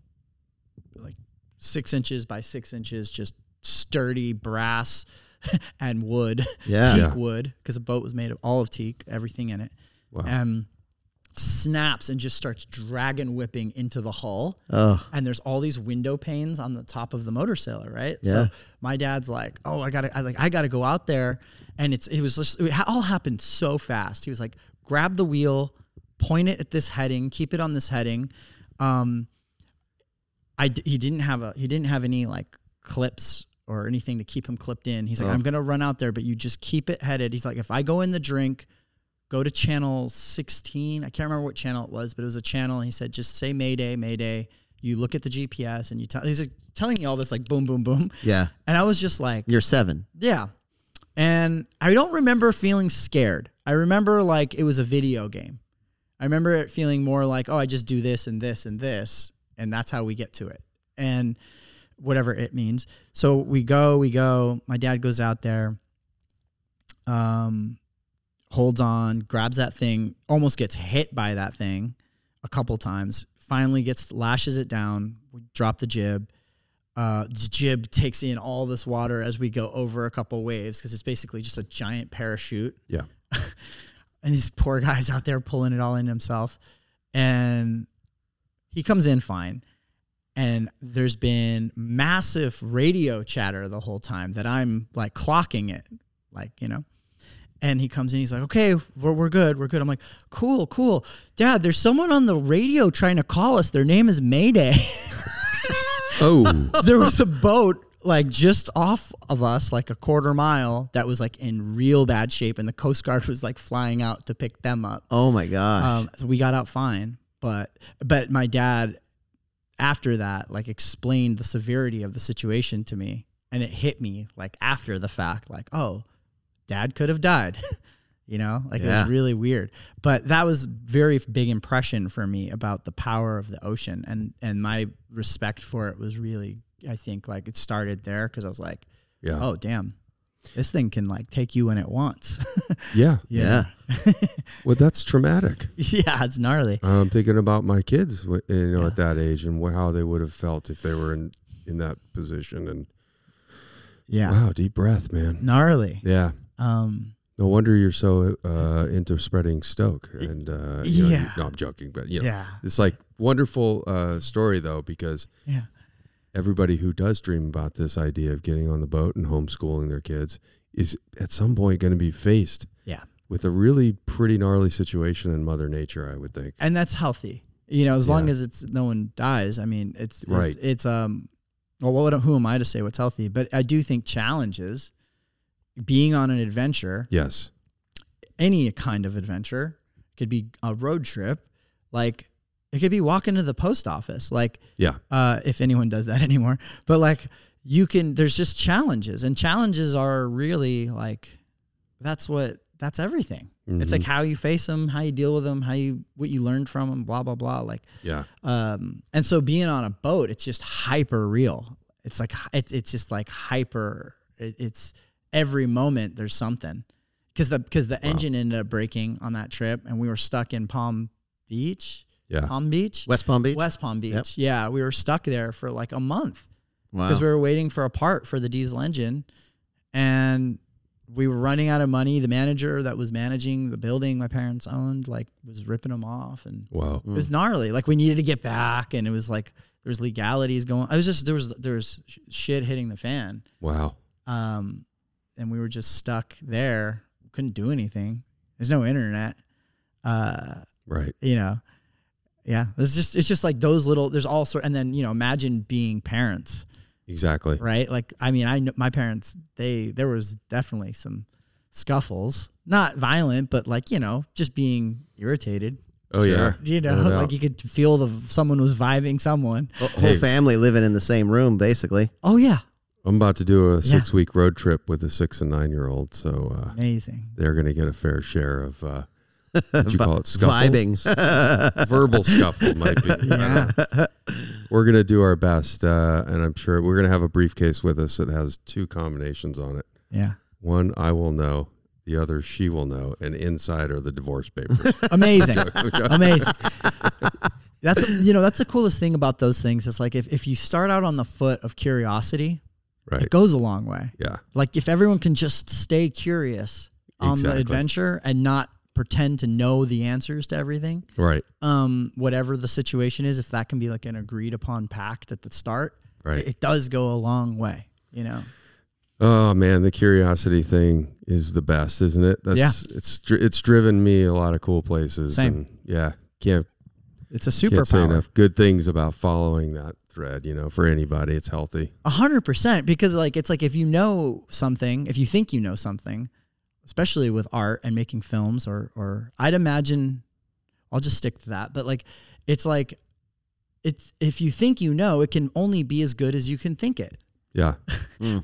like six inches by six inches, just sturdy brass and wood,
Yeah.
teak
Yeah.
wood, because the boat was made of all of teak, everything in it,
Wow.
and snaps and just starts dragon whipping into the hull
Oh.
and there's all these window panes on the top of the motor sailor, right?
Yeah.
So my dad's like, "Oh, I gotta, I like, I gotta go out there," and it's it was just it ha- all happened so fast. He was like, "Grab the wheel, point it at this heading, keep it on this heading." Um, I d- he didn't have a he didn't have any like clips or anything to keep him clipped in. He's like, "I'm gonna run out there, but you just keep it headed." He's like, "If I go in the drink." Go to channel 16. I can't remember what channel it was, but it was a channel. And he said, just say Mayday, Mayday. You look at the GPS and you tell, he's like telling me all this, like boom, boom, boom.
Yeah.
And I was just like,
You're seven.
yeah. And I don't remember feeling scared. I remember like it was a video game. I remember it feeling more like, oh, I just do this and this and this, and that's how we get to it. And whatever it means. So we go, we go. My dad goes out there, um, holds on, grabs that thing, almost gets hit by that thing a couple times, finally gets lashes it down, we drop the jib, uh, the jib takes in all this water as we go over a couple waves because it's basically just a giant parachute.
Yeah.
and these poor guy's out there pulling it all in himself. And he comes in fine. And there's been massive radio chatter the whole time that I'm like clocking it, like, you know. And he comes in, he's like, okay, we're, we're good, we're good. I'm like, cool, cool. Dad, there's someone on the radio trying to call us. Their name is Mayday.
Oh,
there was a boat like just off of us, like a quarter mile, that was like in real bad shape, and the Coast Guard was like flying out to pick them up.
Oh my gosh.
Um, so we got out fine, but but my dad, after that, like explained the severity of the situation to me, and it hit me like after the fact, like oh, dad could have died, you know, like it
Yeah.
was really weird. But that was very big impression for me about the power of the ocean, and and my respect for it was really, I think, like it started there because I was like,
yeah.
oh damn, this thing can like take you when it wants.
Yeah.
you
Yeah.
know?
Well, that's traumatic.
yeah, it's gnarly.
I'm thinking about my kids, wh- you know, at that age and wh- how they would have felt if they were in
in that position. And
Yeah.
wow, deep breath, man.
Gnarly.
Yeah.
Um,
No wonder you're so uh, into spreading Stoke. And uh, you know, you-
yeah.
no, I'm joking, but you know,
yeah.
it's like wonderful uh, story though because
Yeah.
everybody who does dream about this idea of getting on the boat and homeschooling their kids is at some point going to be faced
Yeah.
with a really pretty gnarly situation in Mother Nature, I would think.
And that's healthy. You know, as long
Yeah.
as it's no one dies. I mean, it's it's,
Right.
it's um well, what, who am I to say what's healthy? But I do think challenges being on an adventure,
Yes.
any kind of adventure, could be a road trip, like it could be walking to the post office, like
Yeah.
uh, if anyone does that anymore. But like you can, there's just challenges, and challenges are really like that's what that's everything.
Mm-hmm.
It's
Mm-hmm.
like how you face them, how you deal with them, how you what you learned from them, blah blah blah. Like,
Yeah.
um, and so being on a boat, it's just hyper real. It's like hy- it's it's just like hyper. It, it's every moment there's something because the because the engine ended up breaking on that trip, and we were stuck in Palm Beach.
Yeah.
Palm Beach.
Uh, West Palm Beach.
West Palm Beach. Yeah, we were stuck there for like a month
Wow.
because we were waiting for a part for the diesel engine, and we were running out of money. The manager that was managing the building my parents owned like was ripping them off, and
Wow. Mm.
it was gnarly. Like we needed to get back, and it was like there was legalities going. I was just there was there was sh- shit hitting the fan,
Wow.
um, and we were just stuck there. Couldn't do anything. There's no internet. Uh,
Right.
you know yeah it's just it's just like those little there's all sort and then you know imagine being parents
Exactly.
right like i mean i know my parents they there was definitely some scuffles not violent but like you know just being irritated
Oh yeah.
you know
No doubt.
like you could feel the someone was vibing someone
Whole- Whole family living in the same room, basically.
oh yeah
I'm about to do a six week road trip with a six and nine year old, so uh,
amazing
they're going to get a fair share of uh, what you call it scuffle?
Vibing.
verbal scuffle might be.
yeah
We're going to do our best, uh, and I'm sure we're going to have a briefcase with us that has two combinations on it.
yeah
One I will know, the other she will know, and inside are the divorce papers.
amazing amazing that's you know that's the coolest thing about those things it's like if, if you start out on the foot of curiosity
right?
it goes a long way
Yeah.
Like if everyone can just stay curious on
Exactly.
the adventure and not pretend to know the answers to everything,
Right.
um, whatever the situation is, if that can be like an agreed upon pact at the start,
Right.
it does go a long way. You know,
Oh man, the curiosity thing is the best, isn't it? That's it's dri- it's driven me a lot of cool places.
Same.
And yeah, can't
it's a
can't say
superpower.
enough good things about following that thread. You know, for anybody, it's healthy.
A hundred percent, because like it's like if you know something, if you think you know something, especially with art and making films, or or I'd imagine, I'll just stick to that. But like, it's like, it's if you think you know, it can only be as good as you can think it.
Yeah,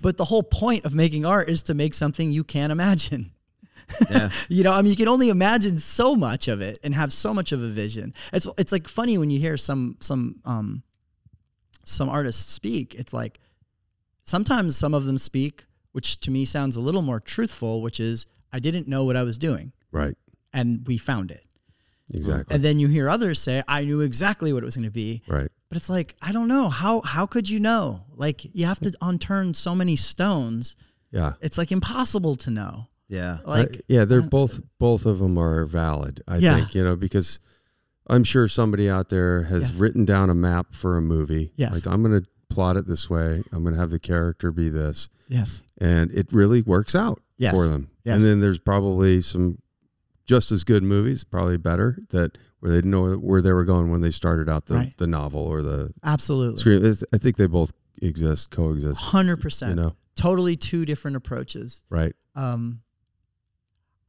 But the whole point of making art is to make something you can't imagine.
Yeah.
You know, I mean, you can only imagine so much of it and have so much of a vision. It's it's like funny when you hear some some um some artists speak. It's like sometimes some of them speak, which to me sounds a little more truthful, which is I didn't know what I was doing,
right,
and we found it.
exactly,
And then you hear others say, I knew exactly what it was going to be,
right.
but it's like I don't know how how could you know? Like you have to unturn so many stones.
Yeah,
It's like impossible to know.
yeah.
Like uh,
I- yeah, they're both both of them are valid. I
Yeah.
think you know because I'm sure somebody out there has
Yes.
written down a map for a movie.
Yes.
like I'm going to plot it this way. I'm going to have the character be this.
yes,
and it really works out
Yes.
for them.
Yes.
And then there's probably some just as good movies, probably better, that where they didn't know where they were going when they started out the,
Right.
the novel or the
absolutely,
screen. It's- I think they both exist, coexist.
hundred
You
percent.
know,
Totally two different approaches.
right?
Um,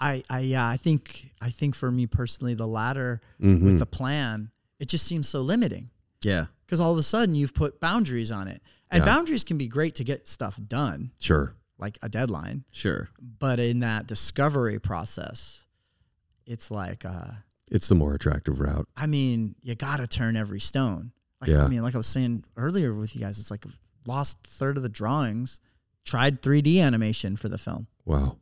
I I yeah, I think I think for me personally, the latter
Mhm.
with the plan, it just seems so limiting
Yeah.
because all of a sudden you've put boundaries on it, and
Yeah.
boundaries can be great to get stuff done,
Sure.
like a deadline.
Sure.
But in that discovery process, it's like. uh
It's the more attractive route.
I mean, you got to turn every stone. Like,
Yeah.
I mean, like I was saying earlier with you guys, it's like lost a third of the drawings, tried 3D animation for the film,
Wow.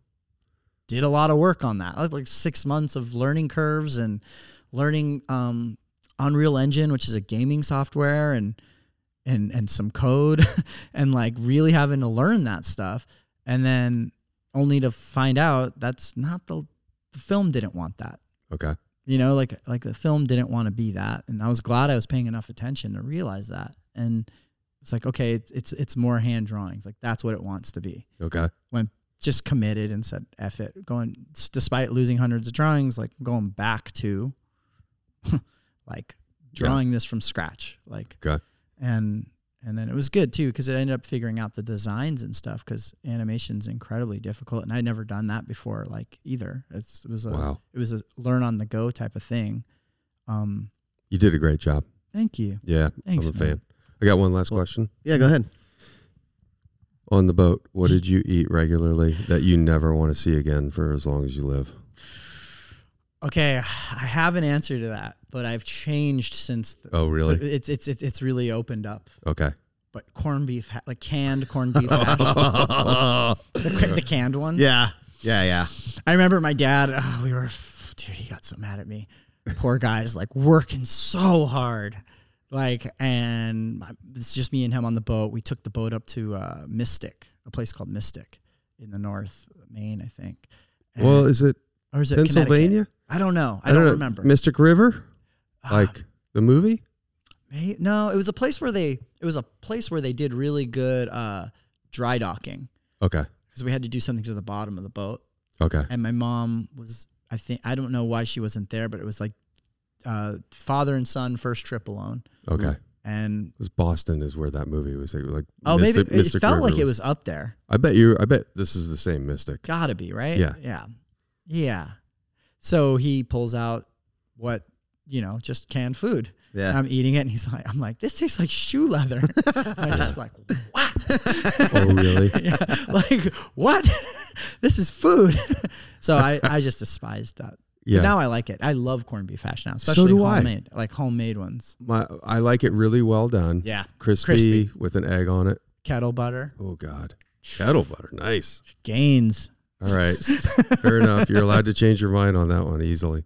did a lot of work on that. Like, like six months of learning curves and learning um, Unreal Engine, which is a gaming software, and and and some code and like really having to learn that stuff and then only to find out that's not the the film didn't want that
Okay.
you know like like the film didn't want to be that and i was glad i was paying enough attention to realize that and it's like okay it's it's, it's more hand drawings like that's what it wants to be
Okay.
when just committed and said F it going s- despite losing hundreds of drawings like going back to like drawing this from scratch like
Okay.
and and then it was good too because I ended up figuring out the designs and stuff because animation's incredibly difficult and I'd never done that before like either it's, it was a
Wow.
it was a learn on the go type of thing um
You did a great job.
thank you
Yeah.
Thanks,
I'm a
man.
fan. I got one last question.
Yeah, go ahead.
On the boat, what did you eat regularly that you never want to see again for as long as you live?
okay I have an answer to that but I've changed since th-
Oh, really?
it's it's it's it's really opened up
Okay.
but corned beef, ha- like canned corned beef hash, the, ca- the canned ones.
Yeah. Yeah, yeah.
I remember my dad. ah, we were, dude, he got so mad at me. Poor guy's like working so hard, like, and my, it's just me and him on the boat. We took the boat up to uh, Mystic, a place called Mystic in the north Maine, I think. And-
Well, is it
or is it Connecticut?
Pennsylvania?
I don't know. I,
I
don't,
know.
remember. Ah.
Mystic River? Like the movie?
May- No, it was a place where they. It was a place where they did really good uh, dry docking.
Okay.
because we had to do something to the bottom of the boat.
Okay.
And my mom was, I think, I don't know why she wasn't there, but it was like uh, father and son first trip alone.
Okay.
And
'Cause Boston is where that movie was like, like
oh,
Mystic,
maybe it
Mystic
felt
River
like it was up there.
I bet you I bet this is the same Mystic.
Gotta be right.
Yeah.
yeah, yeah. So he pulls out what you know, just canned food.
Yeah.
And I'm eating it, and he's like, I'm like, this tastes like shoe leather. and I'm just like, what?
Oh really?
yeah, like what? this is food. so I, I just despised that. But
Yeah.
now I like it. I love corned beef hash now,
So
especially
do I.
homemade, like homemade ones.
My I like it really well done.
Yeah.
Crispy,
Crispy.
with an egg on it.
Kettle butter
Oh god. Kettle butter. Nice.
gains.
All right. Fair enough. You're allowed to change your mind on that one easily.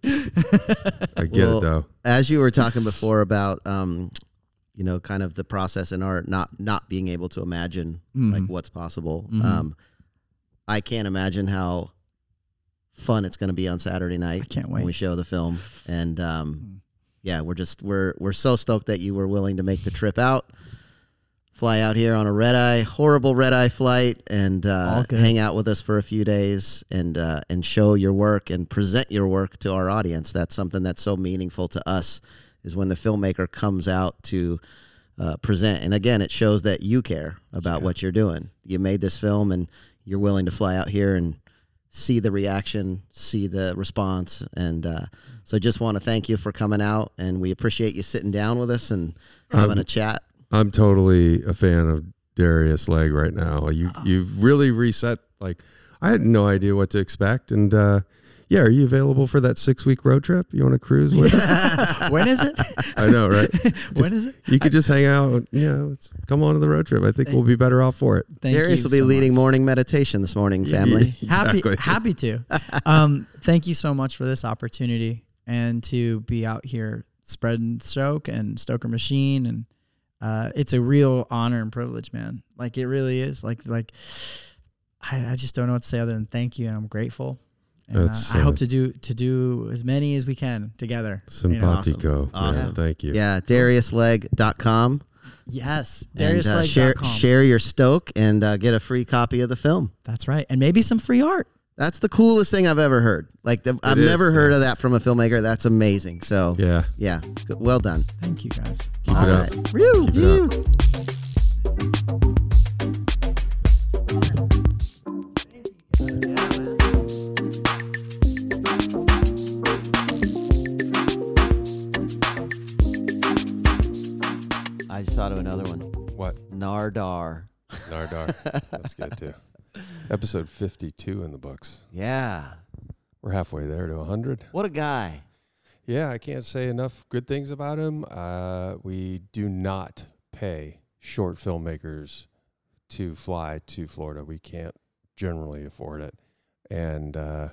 I get
Well,
it though.
As you were talking before about um, you know, kind of the process in art, not not being able to imagine like what's possible. Um, I can't imagine how fun it's going to be on Saturday night. I
can't
when we
wait.
show the film. And um, yeah, we're just we're we're so stoked that you were willing to make the trip out, fly out here on a red eye, horrible red eye flight, and uh,
All good.
hang out with us for a few days and uh, and show your work and present your work to our audience. That's something that's so meaningful to us is when the filmmaker comes out to. Uh, present and again it shows that you care about what you're doing you made this film and you're willing to fly out here and see the reaction, see the response, and uh, so just want to thank you for coming out, and we appreciate you sitting down with us and having a chat.
I'm totally a fan of Darius Leg right now. You
Oh.
you've really reset like I had no idea what to expect and uh yeah, are you available for that six week road trip? You want to cruise with? us?
when is it?
I know, right?
when is it?
You could just hang out. You know, it's, come on to the road trip. I think we'll be better off for it.
Thank
Darius
you
will be
so
leading
much.
morning meditation this morning, family.
happy
Exactly.
happy to um thank you so much for this opportunity and to be out here spreading stoke and stoker machine and uh it's a real honor and privilege man like it really is like like i, I just don't know what to say other than thank you and i'm grateful and uh,
That's,
i hope
uh,
to do to do as many as we can together you know?
Simpatico. man.
Awesome.
Thank you.
Yeah, DariusLeg.com.
yes
And,
darius
uh, share, share your stoke and uh, get a free copy of the film.
that's right and maybe some free art
That's the coolest thing I've ever heard. Like, the, I've
is,
never
yeah.
heard of that from a filmmaker. That's amazing. So,
Yeah.
yeah, good- well done.
thank you guys
Keep it up.
Woo,
Keep it up.
woo.
I just thought of another one.
What?
Nardar.
Nardar. That's good too. Episode 52 in the books.
Yeah.
We're halfway there to 100.
What a guy.
Yeah, I can't say enough good things about him. Uh, we do not pay short filmmakers to fly to Florida. We can't generally afford it. And uh,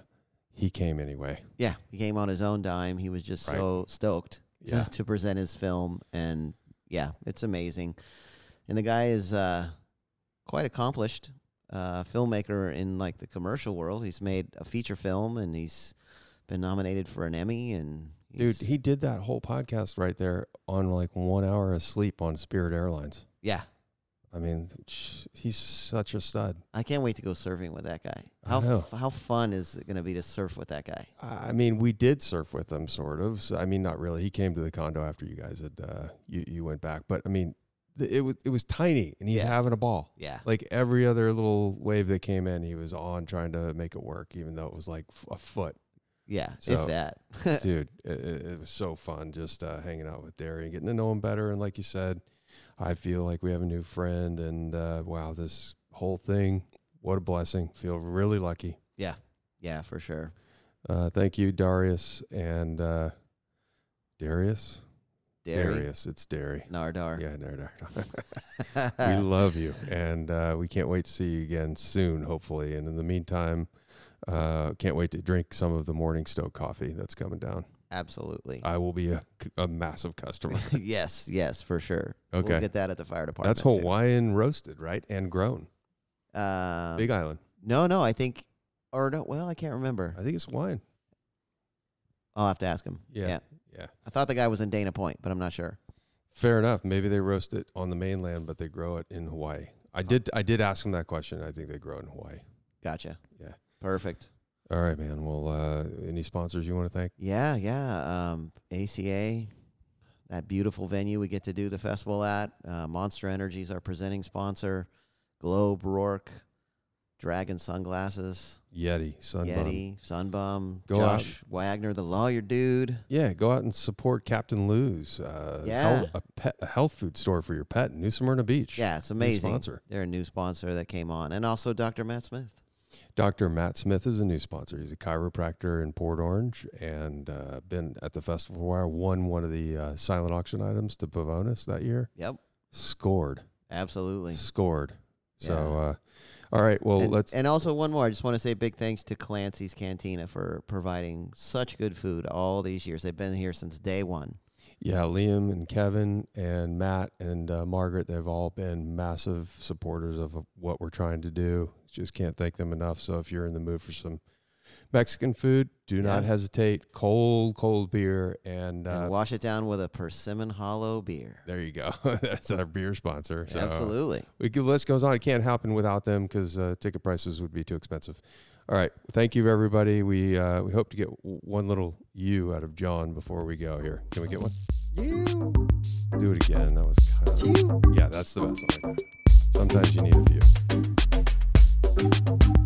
he came anyway.
Yeah. He came on his own dime. He was just
Right.
so stoked to,
Yeah.
to present his film. And yeah, it's amazing.
and the guy is uh, quite accomplished uh, filmmaker in like the commercial world. He's made a feature film and he's been nominated for an Emmy. And
Dude,
he's-
he did that whole podcast right there on like one hour of sleep on Spirit Airlines.
yeah,
I mean, sh- he's such a stud.
I can't wait to go surfing with that guy.
I
How
know.
f- how fun is it going to be to surf with that guy?
I mean, we did surf with him, sort of. So, I mean, not really. He came to the condo after you guys had uh, you you went back, but I mean, th- it was it was tiny, and he's
Yeah.
having a ball.
Yeah.
like every other little wave that came in, he was on trying to make it work, even though it was like f- a foot.
Yeah,
So-
if that.
Dude, it, it it was so fun just uh, hanging out with Derry and getting to know him better. And like you said, I feel like we have a new friend, and uh, wow, this whole thing, what a blessing. Feel really lucky.
yeah, yeah, for sure.
Uh, thank you, Darius and uh, Darius.
Dairy,
Darius, it's Derry.
Nardar.
Yeah, no, no, no. we love you, and uh, we can't wait to see you again soon, hopefully. And in the meantime, uh, can't wait to drink some of the Morning Stoke coffee that's coming down.
Absolutely.
I will be a, a massive customer.
yes, yes, for sure.
Okay.
We'll get that at the fire department.
that's
too.
Hawaiian roasted, right, and grown.
Um,
Big Island.
no, no, I think, or no, well, I can't remember.
I think it's Hawaiian.
I'll have to ask him.
Yeah,
yeah.
yeah.
I thought the guy was in Dana Point, but I'm not sure.
Fair enough. Maybe they roast it on the mainland, but they grow it in Hawaii. I did. I did ask him that question. I think they grow it in Hawaii.
Gotcha.
Yeah.
Perfect.
All right, man. Well, uh, any sponsors you want to thank?
Yeah, yeah. Um, ACA, that beautiful venue we get to do the festival at. Uh, Monster Energy's our presenting sponsor. Globe, Rourke, Dragon Sunglasses,
Yeti, Sunbun.
Yeti, Sunbum,
Go out.
Josh Wagner, the lawyer dude.
Yeah, go out and support Captain Lou's. Uh,
Yeah.
health- a, pet, a health food store for your pet in New Smyrna Beach.
Yeah, it's
New
amazing.
sponsor.
They're a new sponsor that came on, and also Dr. Matt Smith.
Dr. Matt Smith is a new sponsor. He's a chiropractor in Port Orange and uh, been at the festival where I won one of the uh, silent auction items to Pavonis that year.
Yep,
Scored.
absolutely.
Scored. So,
Yeah.
uh, all right. Well,
and,
let's.
and also one more. I just want to say big thanks to Clancy's Cantina for providing such good food all these years. They've been here since day one.
Yeah, Liam and Kevin and Matt and uh, Margaret, they've all been massive supporters of what we're trying to do. Just can't thank them enough. So if you're in the mood for some Mexican food, do not
Yeah.
hesitate. Cold, cold beer. And,
and
uh,
wash it down with a persimmon hollow beer.
there you go. That's our beer sponsor. So
Absolutely.
We, the list goes on. It can't happen without them because uh, ticket prices would be too expensive. All right. Thank you, everybody. We, uh, we hope to get w- one little you out of John before we go here. Can we get one? Do it again. That was kind of. Yeah, that's the best one. Right there. Sometimes you need a few.